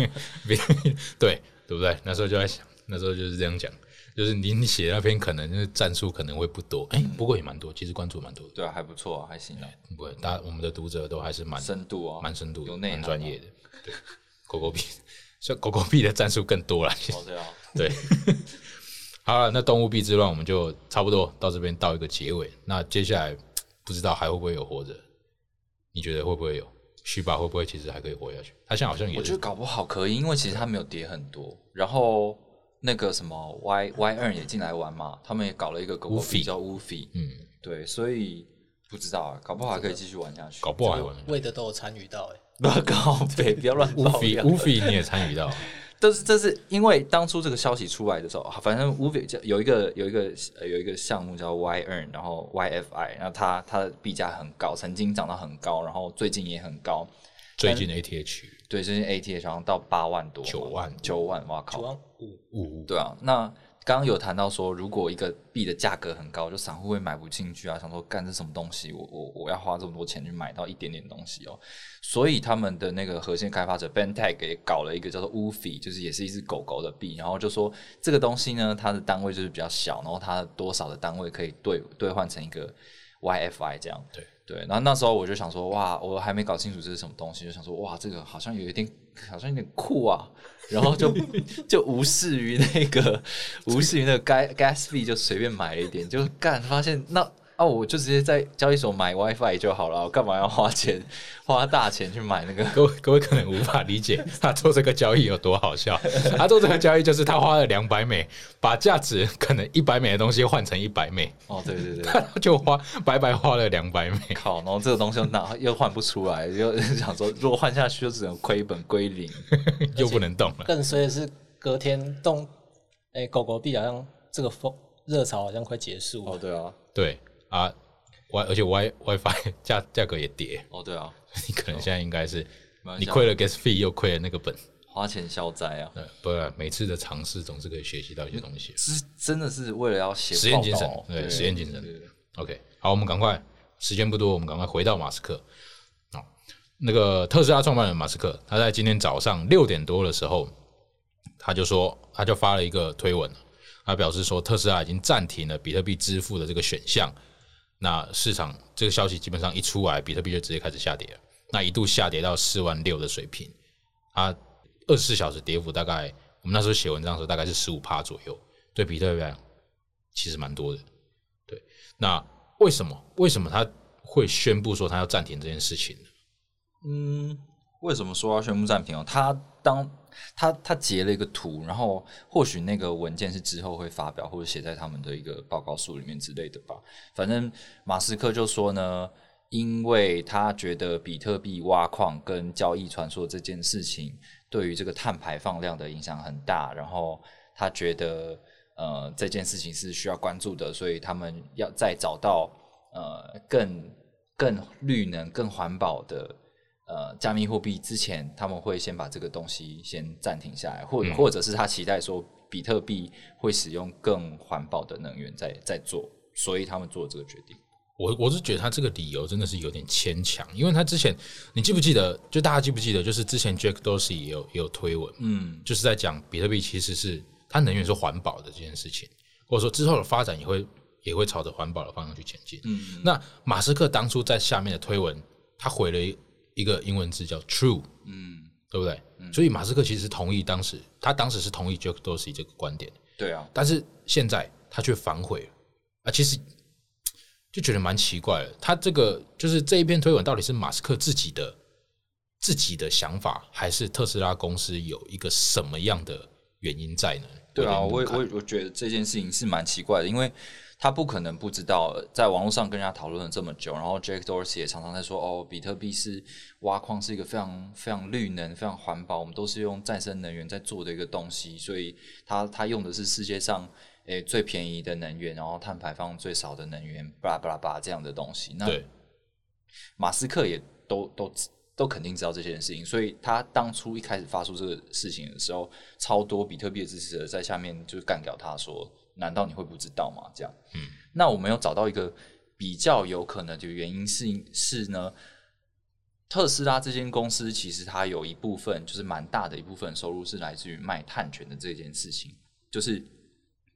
[SPEAKER 1] 对对不对？那时候就在想，那时候就是这样讲，就是你你写那篇可能就是战术可能会不多，哎、不过也蛮多，其实关注蛮多的。
[SPEAKER 2] 对啊，还不错啊，还行啊，
[SPEAKER 1] 不会，大我们的读者都还是蛮
[SPEAKER 2] 深度啊，
[SPEAKER 1] 蛮深度的、
[SPEAKER 2] 有内
[SPEAKER 1] 蛮
[SPEAKER 2] 涵啊
[SPEAKER 1] 专 业的。对，狗狗币，所以狗狗币的战术更多了。其实
[SPEAKER 2] 哦，对啊，
[SPEAKER 1] 对， 好了，那动物币之乱我们就差不多到这边到一个结尾。那接下来不知道还会不会有活着？你觉得会不会有？虚吧会不会其实还可以活下去？他现在好像
[SPEAKER 2] 我
[SPEAKER 1] 也
[SPEAKER 2] 觉
[SPEAKER 1] 是
[SPEAKER 2] 得搞不好可以，因为其实它没有跌很多，然后那个什么 Y Y 二也进来玩嘛，他们也搞了一个狗狗
[SPEAKER 1] Woofy
[SPEAKER 2] 比叫 Woofy，
[SPEAKER 1] 嗯，
[SPEAKER 2] 对，所以不知道啊，搞不好还可以继续玩下去。
[SPEAKER 1] 搞不好还玩得下去。
[SPEAKER 4] 喂的都有参与到、欸，
[SPEAKER 2] 不要搞 北，不要乱
[SPEAKER 1] 乌
[SPEAKER 2] 爆
[SPEAKER 1] 比
[SPEAKER 2] 料。
[SPEAKER 1] 乌比你也参与到，
[SPEAKER 2] 但是这是因为当初这个消息出来的时候，啊反正 w v 有一个有一个呃有一个项目叫 Y Earn，然后 YFI，然后它它的币价很高，曾经涨到很高，然后最近也很高，
[SPEAKER 1] 最近的 ATH
[SPEAKER 2] 对，最近 ATH 好像到八万多嘛，
[SPEAKER 1] 九万
[SPEAKER 2] 九万，哇靠！
[SPEAKER 4] 九万五，
[SPEAKER 1] 五
[SPEAKER 2] 对啊，那刚刚有谈到说，如果一个币的价格很高，就散户会买不进去啊，想说干这什么东西，我我我要花这么多钱去买到一点点东西哦。所以他们的那个核心开发者 Ben Tag 也搞了一个叫做 Woofy，就是也是一只狗狗的币，然后就说这个东西呢，它的单位就是比较小，然后它多少的单位可以兑兑换成一个 YFI 这样。
[SPEAKER 1] 对
[SPEAKER 2] 对，然后那时候我就想说，哇，我还没搞清楚这是什么东西，就想说，哇，这个好像有一点，好像有点酷啊，然后就就无视于那个无视于那个 gas gas 币，就随便买了一点，就干发现那哦，我就直接在交易所买 WiFi 就好了，我干嘛要花钱花大钱去买那个？
[SPEAKER 1] 各位各位可能无法理解他做这个交易有多好笑。他做这个交易就是他花了两百美，把价值可能一百美的东西换成一百美，
[SPEAKER 2] 哦，对对对
[SPEAKER 1] 他。就花白白花了两百美。
[SPEAKER 2] 靠！然后这个东西又拿又换不出来，又 想说，如果换下去就只能亏本归零。
[SPEAKER 1] 又不能动了。
[SPEAKER 4] 更衰的是隔天动，哎、狗狗币好像这个风热潮好像快结束了，
[SPEAKER 2] 哦，对啊，
[SPEAKER 1] 对啊，Y 而且 Y WiFi 价价格也跌，
[SPEAKER 2] 哦对啊，
[SPEAKER 1] 你可能现在应该是
[SPEAKER 2] 没关系
[SPEAKER 1] 你
[SPEAKER 2] 啊
[SPEAKER 1] 亏了 gas fee 又亏了那个本。
[SPEAKER 2] 花钱消灾啊，
[SPEAKER 1] 对，不然每次的尝试总是可以学习到一些东西。
[SPEAKER 2] 是真的是为了要写
[SPEAKER 1] 实验
[SPEAKER 2] 报
[SPEAKER 1] 精
[SPEAKER 2] 道
[SPEAKER 1] 神
[SPEAKER 2] 哦，
[SPEAKER 1] 对实验精神
[SPEAKER 2] 对对对
[SPEAKER 1] OK，好，我们赶快，时间不多，我们赶快回到马斯克。好，那个特斯拉创办人马斯克，他在今天早上六点多的时候，他就说，他就发了一个推文，他表示说，特斯拉已经暂停了比特币支付的这个选项。那市场这个消息基本上一出来，比特币就直接开始下跌了，那一度下跌到四万六的水平，它二十四小时跌幅大概，我们那时候写文章的时候大概是十五趴左右，对比特币来讲其实蛮多的。对，那为什么为什么他会宣布说他要暂停这件事情呢？
[SPEAKER 2] 嗯，为什么说要宣布暂停哦？他当他他截了一个图，然后或许那个文件是之后会发表，或者写在他们的一个报告书里面之类的吧。反正马斯克就说呢，因为他觉得比特币挖矿跟交易传说这件事情对于这个碳排放量的影响很大，然后他觉得呃这件事情是需要关注的，所以他们要再找到呃更更绿能、更环保的呃加密货币之前，他们会先把这个东西先暂停下来，或者、
[SPEAKER 1] 嗯
[SPEAKER 2] 或者是他期待说比特币会使用更环保的能源在在做，所以他们做这个决定。
[SPEAKER 1] 我我是觉得他这个理由真的是有点牵强，因为他之前你记不记得？就大家记不记得？就是之前 Jack Dorsey 也有也有推文，
[SPEAKER 2] 嗯，
[SPEAKER 1] 就是在讲比特币其实是它能源是环保的这件事情，或者说之后的发展也会也会朝着环保的方向去前进。嗯，那马斯克当初在下面的推文，他回了一一个英文字叫 true，嗯，对不对？所以马斯克其实同意当时他当时是同意 Jack Dorsey 这个观点，
[SPEAKER 2] 对啊，
[SPEAKER 1] 但是现在他却反悔了啊，其实嘖就觉得蛮奇怪的。他这个就是这一篇推文到底是马斯克自己的自己的想法，还是特斯拉公司有一个什么样的原因在呢？
[SPEAKER 2] 对啊，
[SPEAKER 1] 有点
[SPEAKER 2] 我也
[SPEAKER 1] 不
[SPEAKER 2] 我
[SPEAKER 1] 敢
[SPEAKER 2] 也我觉得这件事情是蛮奇怪的，因为他不可能不知道，在网络上跟人家讨论了这么久，然后 Jack Dorsey 也常常在说，哦，比特币是挖矿是一个非常非常绿能、非常环保，我们都是用再生能源在做的一个东西，所以他他用的是世界上诶、最便宜的能源，然后碳排放最少的能源，巴拉巴拉巴拉这样的东西。那
[SPEAKER 1] 对
[SPEAKER 2] 马斯克也都都都肯定知道这件事情，所以他当初一开始发出这个事情的时候，超多比特币的支持者在下面就干掉他说：“难道你会不知道吗？”这样，嗯，那我们有找到一个比较有可能的原因是是呢，特斯拉这间公司其实它有一部分就是蛮大的一部分收入是来自于卖碳权的这件事情，就是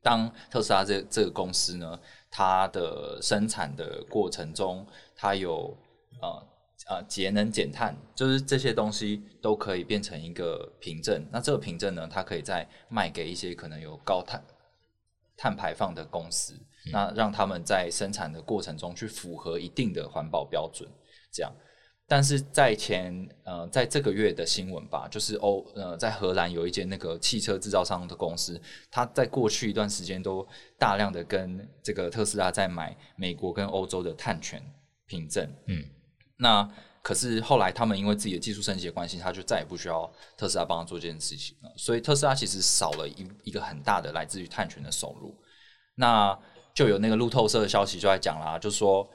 [SPEAKER 2] 当特斯拉这这个公司呢，它的生产的过程中，它有呃呃节能减碳，就是这些东西都可以变成一个凭证。那这个凭证呢，它可以再卖给一些可能有高碳碳排放的公司，那让他们在生产的过程中去符合一定的环保标准，这样。但是在前呃，在这个月的新闻吧，就是欧呃，在荷兰有一间那个汽车制造商的公司，它在过去一段时间都大量的跟这个特斯拉在买美国跟欧洲的碳权，凭证。
[SPEAKER 1] 嗯，
[SPEAKER 2] 那可是后来他们因为自己的技术升级的关系，他就再也不需要特斯拉帮他做这件事情了。所以特斯拉其实少了一一个很大的来自于碳权的收入。那就有那个路透社的消息就在讲啦，就说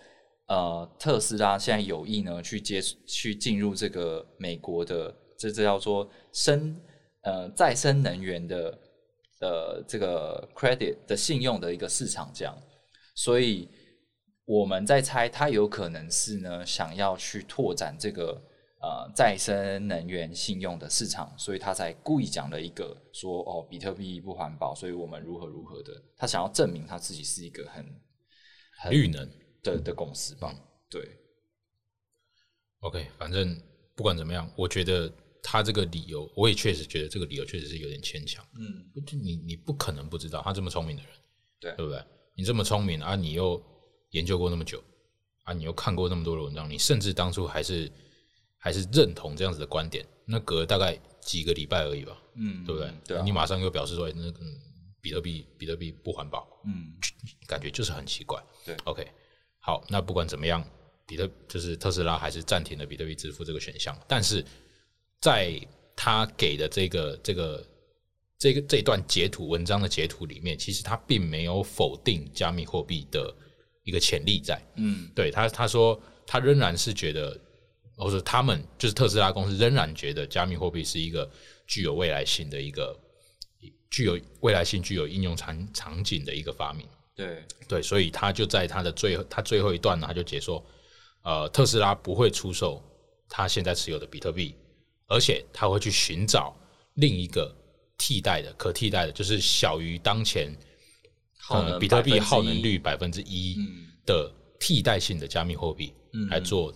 [SPEAKER 2] 呃，特斯拉现在有意呢去接去进入这个美国的这这叫做生呃再生能源的呃这个 credit 的信用的一个市场这样。所以我们在猜，它有可能是呢想要去拓展这个呃再生能源信用的市场，所以他才故意讲了一个说哦，比特币不环保，所以我们如何如何的，他想要证明他自己是一个很很
[SPEAKER 1] 绿能。
[SPEAKER 2] 的的公司
[SPEAKER 1] 嗯
[SPEAKER 2] 吧？对，
[SPEAKER 1] OK，反正不管怎么样，我觉得他这个理由，我也确实觉得这个理由确实是有点牵强。
[SPEAKER 2] 嗯，
[SPEAKER 1] 就你你不可能不知道，他这么聪明的人，
[SPEAKER 2] 对
[SPEAKER 1] 对不对？你这么聪明啊，你又研究过那么久啊，你又看过那么多的文章，你甚至当初还是还是认同这样子的观点，那隔了大概几个礼拜而已吧，
[SPEAKER 2] 嗯，
[SPEAKER 1] 对不对？
[SPEAKER 2] 对啊，
[SPEAKER 1] 你马上又表示说，哎那个嗯比特币比特币不环保，
[SPEAKER 2] 嗯，
[SPEAKER 1] 感觉就是很奇怪。
[SPEAKER 2] 对
[SPEAKER 1] ，OK，好，那不管怎么样，比特就是特斯拉还是暂停了比特币支付这个选项，但是在他给的这个这个这个这一段截图文章的截图里面，其实他并没有否定加密货币的一个潜力在。
[SPEAKER 2] 嗯，
[SPEAKER 1] 对他他说他仍然是觉得，或者他们就是特斯拉公司仍然觉得加密货币是一个具有未来性的一个具有未来性、具有应用场场景的一个发明。
[SPEAKER 2] 对，
[SPEAKER 1] 对，所以他就在他的最他最后一段呢，他就解说，呃，特斯拉不会出售他现在持有的比特币，而且他会去寻找另一个替代的可替代的，就是小于当前
[SPEAKER 2] 耗
[SPEAKER 1] 呃
[SPEAKER 2] 能
[SPEAKER 1] 比特币
[SPEAKER 2] 1%
[SPEAKER 1] 耗能率百分之一
[SPEAKER 2] 嗯
[SPEAKER 1] 的替代性的加密货币、
[SPEAKER 2] 嗯
[SPEAKER 1] 来做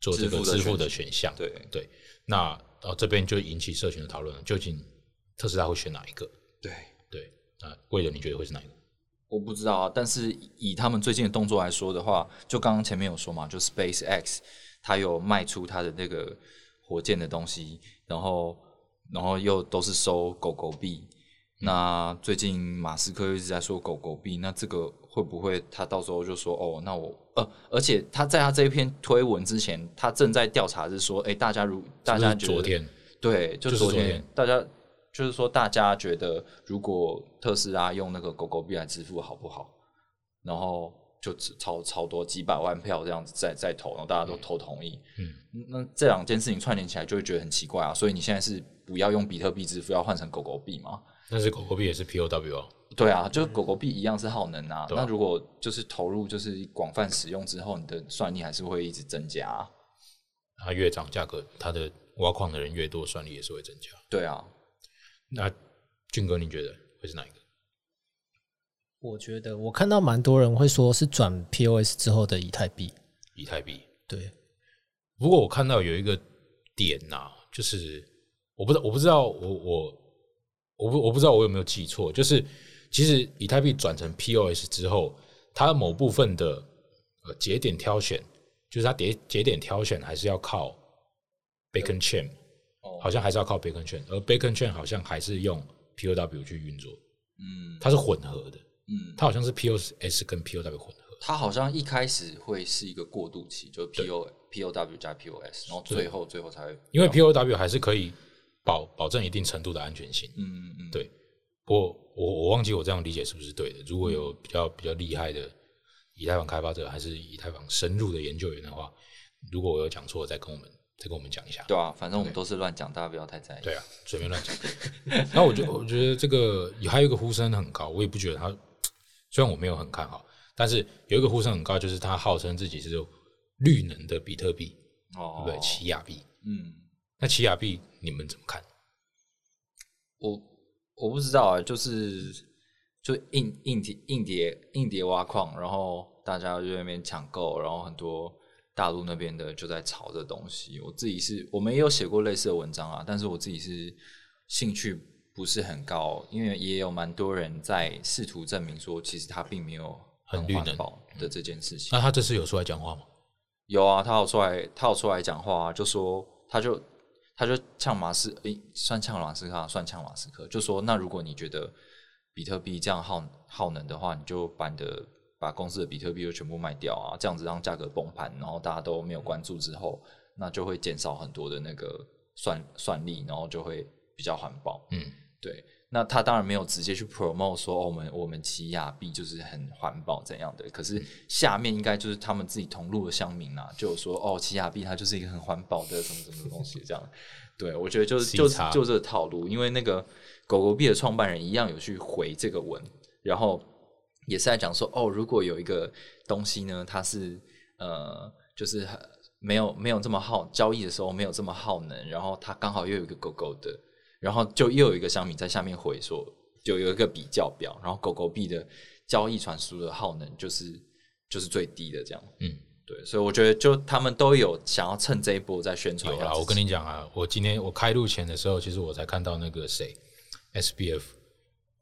[SPEAKER 1] 做这个
[SPEAKER 2] 支付的
[SPEAKER 1] 支付
[SPEAKER 2] 选
[SPEAKER 1] 的
[SPEAKER 2] 项
[SPEAKER 1] 选项。
[SPEAKER 2] 对，
[SPEAKER 1] 对，那呃这边就引起社群的讨论了，究竟特斯拉会选哪一个？
[SPEAKER 2] 对。
[SPEAKER 1] 对，那贵的你觉得会是哪一个？
[SPEAKER 2] 我不知道啊，但是以他们最近的动作来说的话，就刚刚前面有说嘛，就 SpaceX 它有卖出它的那个火箭的东西，然后然后又都是收狗狗币。
[SPEAKER 1] 嗯
[SPEAKER 2] 那最近马斯克一直在说狗狗币，那这个会不会他到时候就说哦，那我呃，而且他在他这一篇推文之前，他正在调查是说，哎、大家如大家
[SPEAKER 1] 是不是
[SPEAKER 2] 觉得
[SPEAKER 1] 昨天
[SPEAKER 2] 对，
[SPEAKER 1] 就
[SPEAKER 2] 就
[SPEAKER 1] 是
[SPEAKER 2] 昨
[SPEAKER 1] 昨
[SPEAKER 2] 天
[SPEAKER 1] 天
[SPEAKER 2] 大家就是说，大家觉得如果特斯拉用那个狗狗币来支付好不好？然后就只超超多几百万票这样子在在投，然后大家都投同意。嗯，那这两件事情串联起来就会觉得很奇怪啊。所以你现在是不要用比特币支付，要换成狗狗币吗？
[SPEAKER 1] 但是狗狗币也是 POW 啊，
[SPEAKER 2] 对啊，就是狗狗币一样是耗能啊。
[SPEAKER 1] 对啊
[SPEAKER 2] 那如果就是投入就是广泛使用之后，你的算力还是会一直增加、啊。
[SPEAKER 1] 它越涨价格，它的挖矿的人越多，算力也是会增加。
[SPEAKER 2] 对啊，
[SPEAKER 1] 那俊哥，你觉得会是哪一个？
[SPEAKER 4] 我觉得我看到蛮多人会说是转 POS 之后的以太币，
[SPEAKER 1] 以太币？
[SPEAKER 4] 对，
[SPEAKER 1] 不过我看到有一个点呐、就是我不知道，我不知道我我我不我不知道我有没有记错，就是其实以太币转成 POS 之后，它某部分的呃节点挑选，就是它节节点挑选还是要靠 Bacon Chain，
[SPEAKER 2] 哦
[SPEAKER 1] 好像还是要靠 Bacon Chain，而 Bacon Chain 好像还是用 POW 去运作，
[SPEAKER 2] 嗯
[SPEAKER 1] 它是混合的，
[SPEAKER 2] 嗯，
[SPEAKER 1] 它好像是 POS 跟 POW 混合。
[SPEAKER 2] 它好像一开始会是一个过渡期，就是 P O P O W 加 P O S，然后最后最后才会，
[SPEAKER 1] 因为 POW 还是可以保保证一定程度的安全性。
[SPEAKER 2] 嗯嗯嗯，
[SPEAKER 1] 对我我我忘记我这样理解是不是对的。如果有
[SPEAKER 2] 嗯
[SPEAKER 1] 比较比较厉害的以太坊开发者，还是以太坊深入的研究员的话，如果我有讲错，再跟我们再跟我们讲一下。
[SPEAKER 2] 对啊，反正我们都是乱讲，大家不要太在意。
[SPEAKER 1] 对啊，随便乱讲。然后我觉我觉得这个还有一个呼声很高，我也不觉得他，虽然我没有很看好，但是有一个呼声很高，就是他号称自己是绿能的比特币，对
[SPEAKER 2] 哦，
[SPEAKER 1] 不对？奇亚币，
[SPEAKER 2] 嗯，
[SPEAKER 1] 那奇亚币你们怎么看？
[SPEAKER 2] 我我不知道啊、就是就硬硬碟硬碟硬碟挖矿，然后大家就在那边抢购，然后很多大陆那边的就在炒这东西。我自己是我们也有写过类似的文章啊，但是我自己是兴趣不是很高，因为也有蛮多人在试图证明说，其实它并没有
[SPEAKER 1] 很绿
[SPEAKER 2] 环
[SPEAKER 1] 能
[SPEAKER 2] 保的这件事情。
[SPEAKER 1] 那他这次有出来讲话吗？
[SPEAKER 2] 有啊，他有出来，他有出来讲话、啊，就说他就他就呛马斯，诶、算呛马斯克、啊，算呛马斯克，就说那如果你觉得比特币这样耗耗能的话，你就把你的把公司的比特币就全部卖掉啊，这样子让价格崩盘，然后大家都没有关注之后，那就会减少很多的那个算算力，然后就会比较环保。
[SPEAKER 1] 嗯，
[SPEAKER 2] 对，那他当然没有直接去 promote 说、哦我们我们奇亚币就是很环保怎样的，可是
[SPEAKER 1] 嗯
[SPEAKER 2] 下面应该就是他们自己同路的乡民啊，就有说哦，奇亚币它就是一个很环保的什么什么东西这样。对，我觉得就是就是
[SPEAKER 1] C 叉
[SPEAKER 2] 就这个套路，因为那个狗狗币的创办人一样有去回这个文，然后也是在讲说哦，如果有一个东西呢，它是呃，就是很没有没有这么耗交易的时候没有这么耗能，然后它刚好又有一个狗狗的，然后就又有一个商品在下面回说，就有一个比较表，然后狗狗币的交易传输的耗能就是就是最低的这样，
[SPEAKER 1] 嗯，
[SPEAKER 2] 对，所以我觉得就他们都有想要趁这一波在宣传
[SPEAKER 1] 有
[SPEAKER 2] 一下自己。
[SPEAKER 1] 啦，我跟你讲啊，我今天我开录前的时候，其实我才看到那个谁，SBF，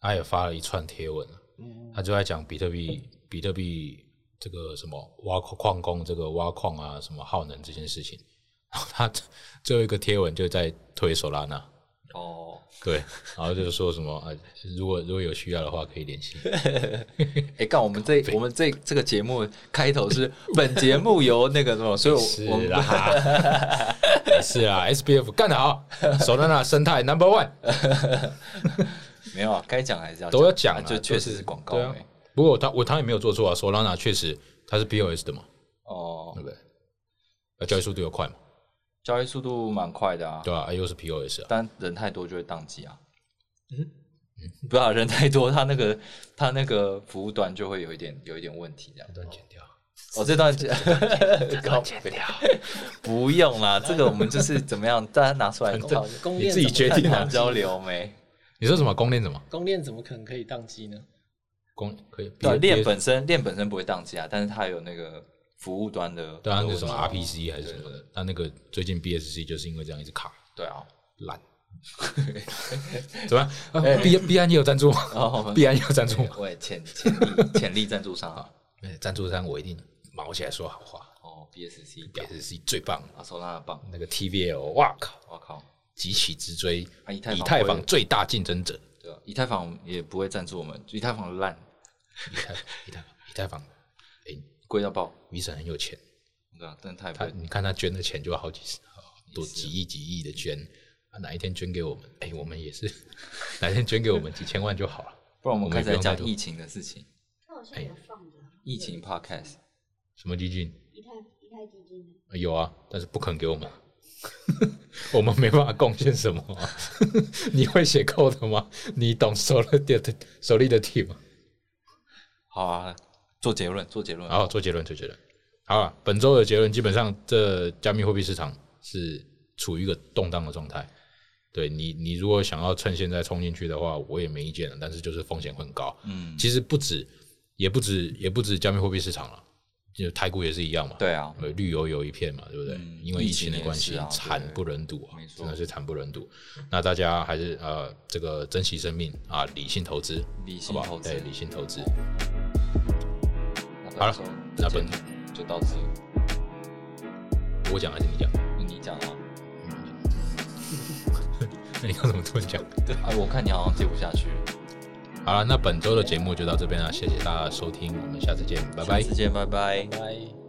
[SPEAKER 1] 他也发了一串贴文，啊他就在讲比特币，比特币这个什么挖矿矿工这个挖矿啊，什么耗能这件事情。然后他最后一个贴文就在推索拉纳，
[SPEAKER 2] 哦，
[SPEAKER 1] 对，然后就是说什么啊，如果如果有需要的话可以联系。
[SPEAKER 2] 哎，干我们这我们这这个节目开 头是本节目由那个什么，所 以
[SPEAKER 1] 是
[SPEAKER 2] 我我们
[SPEAKER 1] 啦， 是啊啦，SBF 干得好，手拿拿生态 Number One
[SPEAKER 2] 没有啊，该讲还是要
[SPEAKER 1] 都要讲啊，
[SPEAKER 2] 这
[SPEAKER 1] 都
[SPEAKER 2] 确实是广告
[SPEAKER 1] 对啊
[SPEAKER 2] 哎。
[SPEAKER 1] 不过他我他也没有做错啊，Solana 确实它是 POS 的嘛，
[SPEAKER 2] 哦
[SPEAKER 1] 对，不对？呃，交易速度又快嘛，
[SPEAKER 2] 交易速度蛮快的啊，
[SPEAKER 1] 对吧、啊？又是 POS 啊，
[SPEAKER 2] 但人太多就会宕机啊。嗯， 不要人太多，他那个他那个服务端就会有一点有一点问题这样。
[SPEAKER 1] 断剪掉。
[SPEAKER 2] 哦，这段这段剪掉，不用啦，这个我们就是怎么样，大家拿出来
[SPEAKER 1] 反正
[SPEAKER 2] 讨
[SPEAKER 4] 供
[SPEAKER 1] 你
[SPEAKER 4] 链
[SPEAKER 1] 自己
[SPEAKER 4] 怎么
[SPEAKER 1] 决
[SPEAKER 4] 可
[SPEAKER 1] 定
[SPEAKER 4] 能
[SPEAKER 1] 啊
[SPEAKER 4] 宕机
[SPEAKER 2] 交流没？
[SPEAKER 1] 你说什么？公链什么？
[SPEAKER 4] 供链怎么可能可以宕机呢？
[SPEAKER 1] 公可以
[SPEAKER 2] 对，链
[SPEAKER 1] PS
[SPEAKER 2] 本身链本身不会宕机啊，但是它有那个服务端的
[SPEAKER 1] 对啊，那个什
[SPEAKER 2] 对
[SPEAKER 1] 么
[SPEAKER 2] 啊
[SPEAKER 1] RPC 还是什么的，那那个最近 BSC 就是因为这样一直卡
[SPEAKER 2] 对 啊，
[SPEAKER 1] 烂。怎么样？啊币币安也有赞助 吗？
[SPEAKER 2] 哦
[SPEAKER 1] 币安也有赞助吗？
[SPEAKER 2] 我也潜潜力潜力赞助商啊，
[SPEAKER 1] 哎赞助商我一定毛起来说好话。
[SPEAKER 2] 哦，BSC 表
[SPEAKER 1] BSC 最棒，
[SPEAKER 2] 阿索拉棒，
[SPEAKER 1] 那个 TVL，哇靠，
[SPEAKER 2] 我靠，
[SPEAKER 1] 急起直追，
[SPEAKER 2] 啊以太坊
[SPEAKER 1] 以太
[SPEAKER 2] 不会
[SPEAKER 1] 坊最大竞争者。
[SPEAKER 2] 对啊，以太坊也不会赞助我们，以太坊烂
[SPEAKER 1] 以太以太坊，以太坊，哎、
[SPEAKER 2] 贵到爆，
[SPEAKER 1] v i s a 很有钱，
[SPEAKER 2] 对啊，真的太
[SPEAKER 1] 他
[SPEAKER 2] 贵。
[SPEAKER 1] 你看他捐的钱就好几十，多几亿几亿的捐，啊，哪一天捐给我们，哎、我们也是， 哪一天捐给我们几千万就好了。
[SPEAKER 2] 不然我们开始
[SPEAKER 1] 我们也不
[SPEAKER 2] 来
[SPEAKER 1] 用
[SPEAKER 2] 讲
[SPEAKER 1] 太多
[SPEAKER 2] 疫情的事情，哎
[SPEAKER 3] 那好像有放着啊
[SPEAKER 2] 疫情 podcast
[SPEAKER 1] 什么基金、
[SPEAKER 3] 一太一太基金的，
[SPEAKER 1] 呃有啊，但是不肯给我们， 我们没办法贡献什么啊、 你会写 code 吗？你懂手了的手力的 T 吗？
[SPEAKER 2] 好啊，做结论，做结论，
[SPEAKER 1] 然后做结论，做结论。好了，本周的结论基本上，这加密货币市场是处于一个动荡的状态。对你，你如果想要趁现在冲进去的话，我也没意见了，但是就是风险会很高。
[SPEAKER 2] 嗯，
[SPEAKER 1] 其实不止，也不止，也不止加密货币市场了，就台股也是一样嘛。
[SPEAKER 2] 对啊，
[SPEAKER 1] 呃，绿油油一片嘛，对不对？
[SPEAKER 2] 嗯
[SPEAKER 1] 因为疫情的关
[SPEAKER 2] 疫
[SPEAKER 1] 系
[SPEAKER 2] 情也是啊，
[SPEAKER 1] 惨
[SPEAKER 2] 对
[SPEAKER 1] 不忍睹啊
[SPEAKER 2] 没，错
[SPEAKER 1] 真的是惨不忍睹。那大家还是呃，这个珍惜生命啊，理性投资，
[SPEAKER 2] 理
[SPEAKER 1] 好
[SPEAKER 2] 性
[SPEAKER 1] 不
[SPEAKER 2] 投
[SPEAKER 1] 好？
[SPEAKER 2] 资
[SPEAKER 1] 对，，哎理性投资。
[SPEAKER 2] 那
[SPEAKER 1] 好了
[SPEAKER 2] 本周
[SPEAKER 1] 那本
[SPEAKER 2] 就到此，
[SPEAKER 1] 我讲还是你讲？
[SPEAKER 2] 你讲啊，
[SPEAKER 1] 那你要怎么突然讲？
[SPEAKER 2] 啊，我看你好像接不下去，
[SPEAKER 1] 好了，那本周的节目就到这边了，谢谢大家的收听，我们下次见，拜拜
[SPEAKER 2] 下。次见，拜拜。
[SPEAKER 4] 拜。